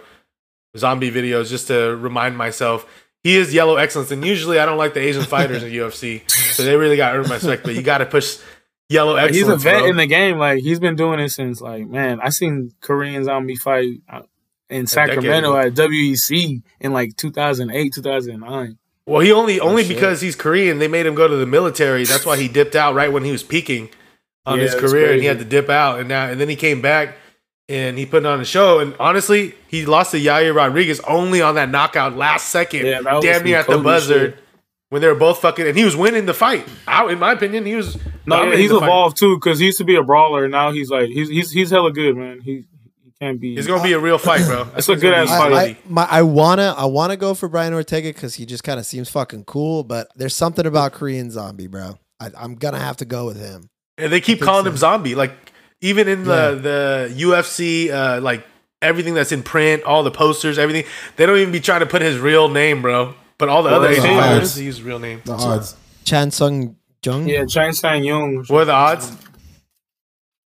zombie videos just to remind myself. He is yellow excellence, and usually I don't like the [laughs] Asian fighters in UFC, so they really got to earn my respect. But you got to push yellow Like, excellence. he's a vet bro. in the game. Like he's been doing it since. Like man, I seen Korean zombie fight uh, in decade Sacramento ago. at WEC in like 2008, 2009. Well, he Oh, only only because he's Korean, they made him go to the military. That's why he dipped out right when he was peaking on Yeah, his that's career, and crazy. he had to dip out. And now, and then he came back and he put on a show. And honestly, he lost to Yair Rodriguez only on that knockout last second, Yeah, that was damn near at some the Kobe buzzer shit. when they were both fucking. And he was winning the fight. I, in my opinion, he was. No, yeah, dominating he's the fight. evolved too because he used to be a brawler. Now he's like he's he's he's hella good, man. He he can't be. It's gonna be a real fight, bro. That's a what's gonna good-ass be fight. I, crazy. I, my, I wanna I wanna go for Brian Ortega because he just kind of seems fucking cool, but there's something about Korean Zombie, bro. I, I'm gonna have to go with him. And they keep calling him zombie. Like even in the the UFC, uh, like everything that's in print, all the posters, everything. They don't even be trying to put his real name, bro. But all the other that's Asian hard. fighters they use his real name. The odds. Chan Sung Jung. yeah, Chang Sang Young. What are the odds? That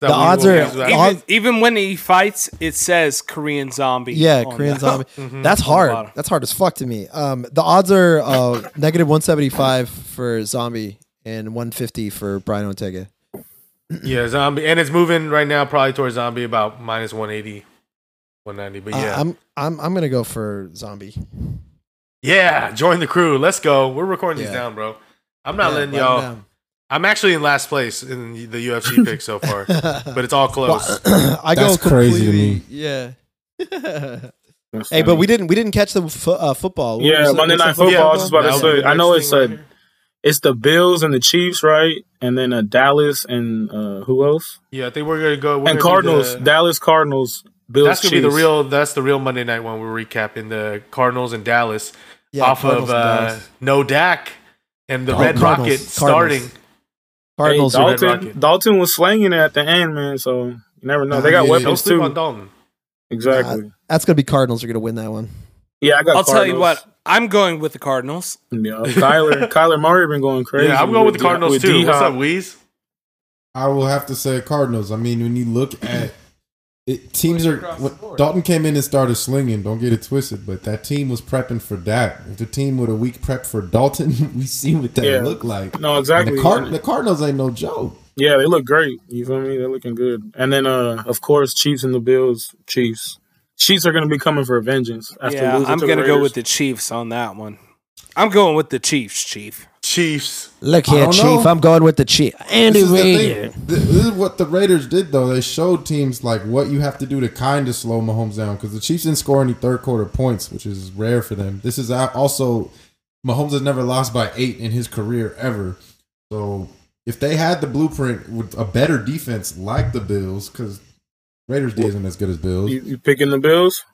The we odds will are- use that? the even, odds- even when he fights, it says Korean zombie. Oh, Yeah, on Korean [laughs] the- zombie. Mm-hmm. That's hard. bottom. That's hard as fuck to me. Um, the odds are uh, negative one seventy five for zombie and one fifty for Brian Ortega. yeah, zombie, and it's moving right now, probably towards zombie about minus 180, 190. But Uh, yeah, I'm I'm I'm gonna go for zombie. yeah, join the crew. Let's go. We're recording these Yeah. down, bro. I'm not Yeah, letting let y'all. him I'm actually in last place in the [laughs] UFC pick so far, down. [laughs] but it's all close. [clears throat] I go That's crazy to me. completely- Yeah. [laughs] hey, but we didn't we didn't catch the fo- uh, football. What Yeah, was it- Monday what's the Night Football, I was just about to That would say, be the I know next it's thing a- right here. It's the Bills and the Chiefs, right? And then uh, Dallas and uh, who else? Yeah, I think we're gonna go. We're and gonna do Cardinals. the- Dallas Cardinals. Bills. uh, that's gonna be Chiefs. the real. That's the real Monday night one. We're recapping the Cardinals and Dallas Yeah, off Cardinals of and uh, Dallas. no Dak and the Oh, Red Cardinals. Rocket Cardinals. starting. Cardinals. Hey, are- Red Dalton, Rocket. Dalton was slanging it at the end, man. So you never know. Nah, They got yeah, Don't weapons sleep on too. Dalton. Exactly. that's gonna be Cardinals are gonna win that one. yeah, I got. [laughs] I'll tell you Cardinals. what, I'm going with the Cardinals. Yeah, [laughs] Kyler, Kyler Murray been going crazy. Yeah, I'm going with the D- Cardinals with too. What's D-Hop. up, Weez? I will have to say Cardinals. I mean, when you look at it, teams are. When, Dalton came in and started slinging. Don't get it twisted, but that team was prepping for Dak. If the team with a weak prep for Dalton, [laughs] we see what that Yeah. looked like. No, And exactly. The, Card- the Cardinals ain't no joke. Yeah, they look great. You feel me? They're looking good. And then, uh, of course, Chiefs and the Bills. Chiefs. Chiefs are going to be coming for a vengeance after yeah, losing I'm to gonna the go Raiders. with the Chiefs on that one. I'm going with the Chiefs, Chief. Chiefs. Look I here, don't Chief. know. I'm going with the Chief. Andy This is, the Reid. thing. Th- this is what the Raiders did, though. They showed teams like what you have to do to kind of slow Mahomes down because the Chiefs didn't score any third quarter points, which is rare for them. This is a- also Mahomes has never lost by eight in his career ever. So if they had the blueprint with a better defense like the Bills, because Raiders D isn't as good as Bills. You, you picking the Bills?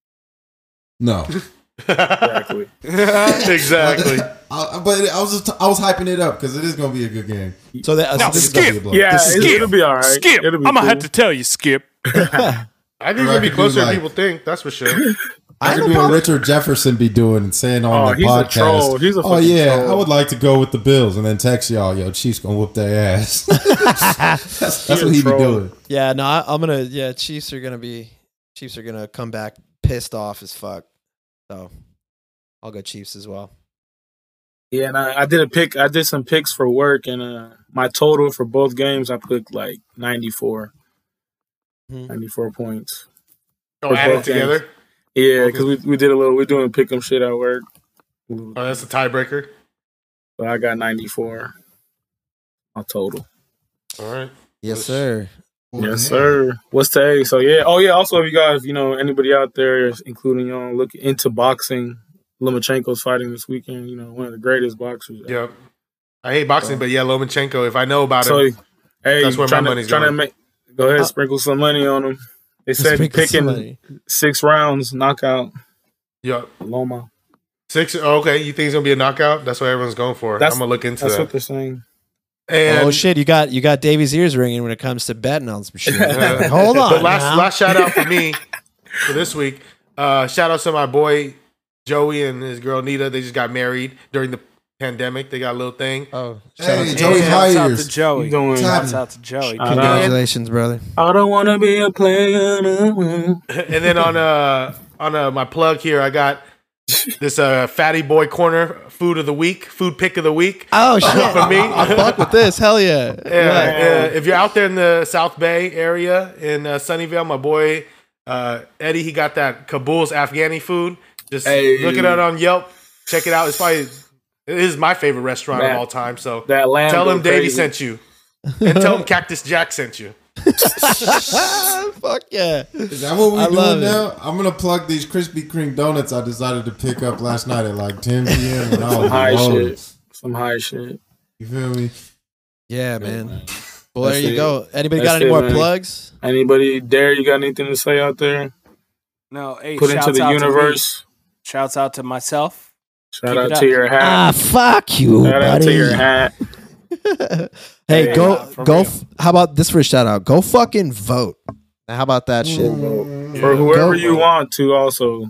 [laughs] No, Exactly. [laughs] [laughs] exactly. I, but I was just I was hyping it up because it is going to be a good game. So that Now, so this is [laughs] gonna be a Skip. blowout. yeah, This is it, Skip. it'll be all right. Skip, It'll I'm be gonna cool. have to tell you, Skip. [laughs] I think it'll be Right, closer like- than people think. That's for [coughs] sure. I could do what Richard Jefferson be doing and saying on Oh, the he's a podcast. troll. He's a oh fucking yeah, troll." I would like to go with the Bills and then text y'all, yo, Chiefs gonna whoop their ass. [laughs] that's that's a what he be troll. doing. [laughs] Yeah, no, I, I'm gonna. Yeah, Chiefs are gonna be. Chiefs are gonna come back pissed off as fuck. So, I'll go Chiefs as well. Yeah, and I, I did a pick. I did some picks for work, and uh, my total for both games, I put like 94, Mhm. 94 points. Oh, add it together. Yeah, because we, we did a little. We're doing pick 'em shit at work, Oh, that's a tiebreaker. but I got 94 my total. All right. Yes, Yes. sir. Well, yes, damn. sir. What's today? So yeah. Oh yeah. Also, if you guys, you know, anybody out there, including y'all, look into boxing. Lomachenko's fighting this weekend. You know, one of the greatest boxers. ever. Yep. I hate boxing, but yeah, Lomachenko. If I know about So, him, hey, That's where my trying money's to, trying going. to make. Go ahead, sprinkle some money on him. They said Sprinkle picking somebody. six rounds, knockout, yep. Loma. Six. oh, okay, you think it's gonna be a knockout? That's what everyone's going for. That's- I'm gonna look into That's what that. they're saying. And oh shit, you got you got Davey's ears ringing when it comes to betting on some [laughs] shit. Yeah. Hold on, But last now. last shout out for [laughs] me for this week. Uh, shout out to my boy Joey and his girl Nita. They just got married during the pandemic. They got a little thing. Oh, Hey, shout out Joey to- Shouts out to Hires. You Joey. doing? Tap. Shouts out to Joey. Uh, Congratulations, brother. I don't want to be a player. no more. and then on uh on uh, my plug here, I got this uh fatty boy corner food of the week, food pick of the week. Oh shit, For me. I [laughs] fuck with this. Hell yeah. Yeah, uh, if you're out there in the South Bay area in uh, Sunnyvale, my boy uh, Eddie, he got that Kabul's Afghani food. Just Hey. look it up on Yelp. Check it out. It's probably it is my favorite restaurant That- of all time. So That lamb. tell him go Davey crazy. sent you, and tell him Cactus Jack sent you. fuck yeah. Is that what I we're love doing now? I'm gonna plug these Krispy Kreme donuts I decided to pick up last night at like 10 p.m. [laughs] and I was High loaded. shit. Some high shit. You feel me? Yeah, man. Well, there That's you it. go. Anybody That's got any it, more man. plugs? Anybody dare? You got anything to say out there? No, hey, Put shouts into the out to me. universe. Shouts out to myself. Shout Keep it out up. to your hat. Ah, fuck you, Shout out to buddy. your hat. Hey, Yeah, go for go. real. f- how about this for a shout out? Go fucking vote. Now, how about that shit? Or whoever Go. you want to also.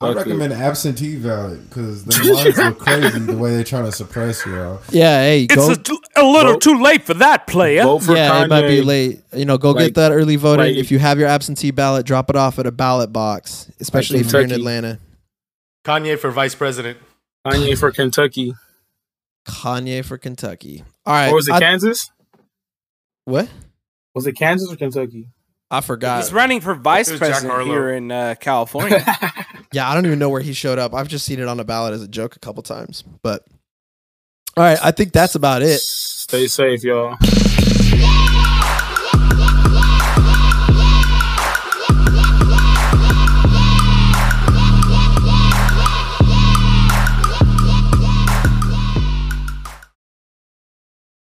I Fuck it. recommend absentee ballot because [laughs] the lines look crazy the way they're trying to suppress y'all. Yeah, hey, go. It's a, a little Vote. too late for that player. Vote for yeah, Kanye. it might be late. You know, go get Like- that early voting. like- if you have your absentee ballot, drop it off at a ballot box, especially if you're in Kentucky. Atlanta. Kanye for vice president. Kanye for Kentucky. Kanye for Kentucky. All right. Or was it I- Kansas? what? Was it Kansas or Kentucky? I forgot. He's running for vice It was Jack president Harlow. here in uh, California. Yeah, I don't even know where he showed up. I've just seen it on a ballot as a joke a couple times. But all right, I think that's about it. Stay safe, y'all.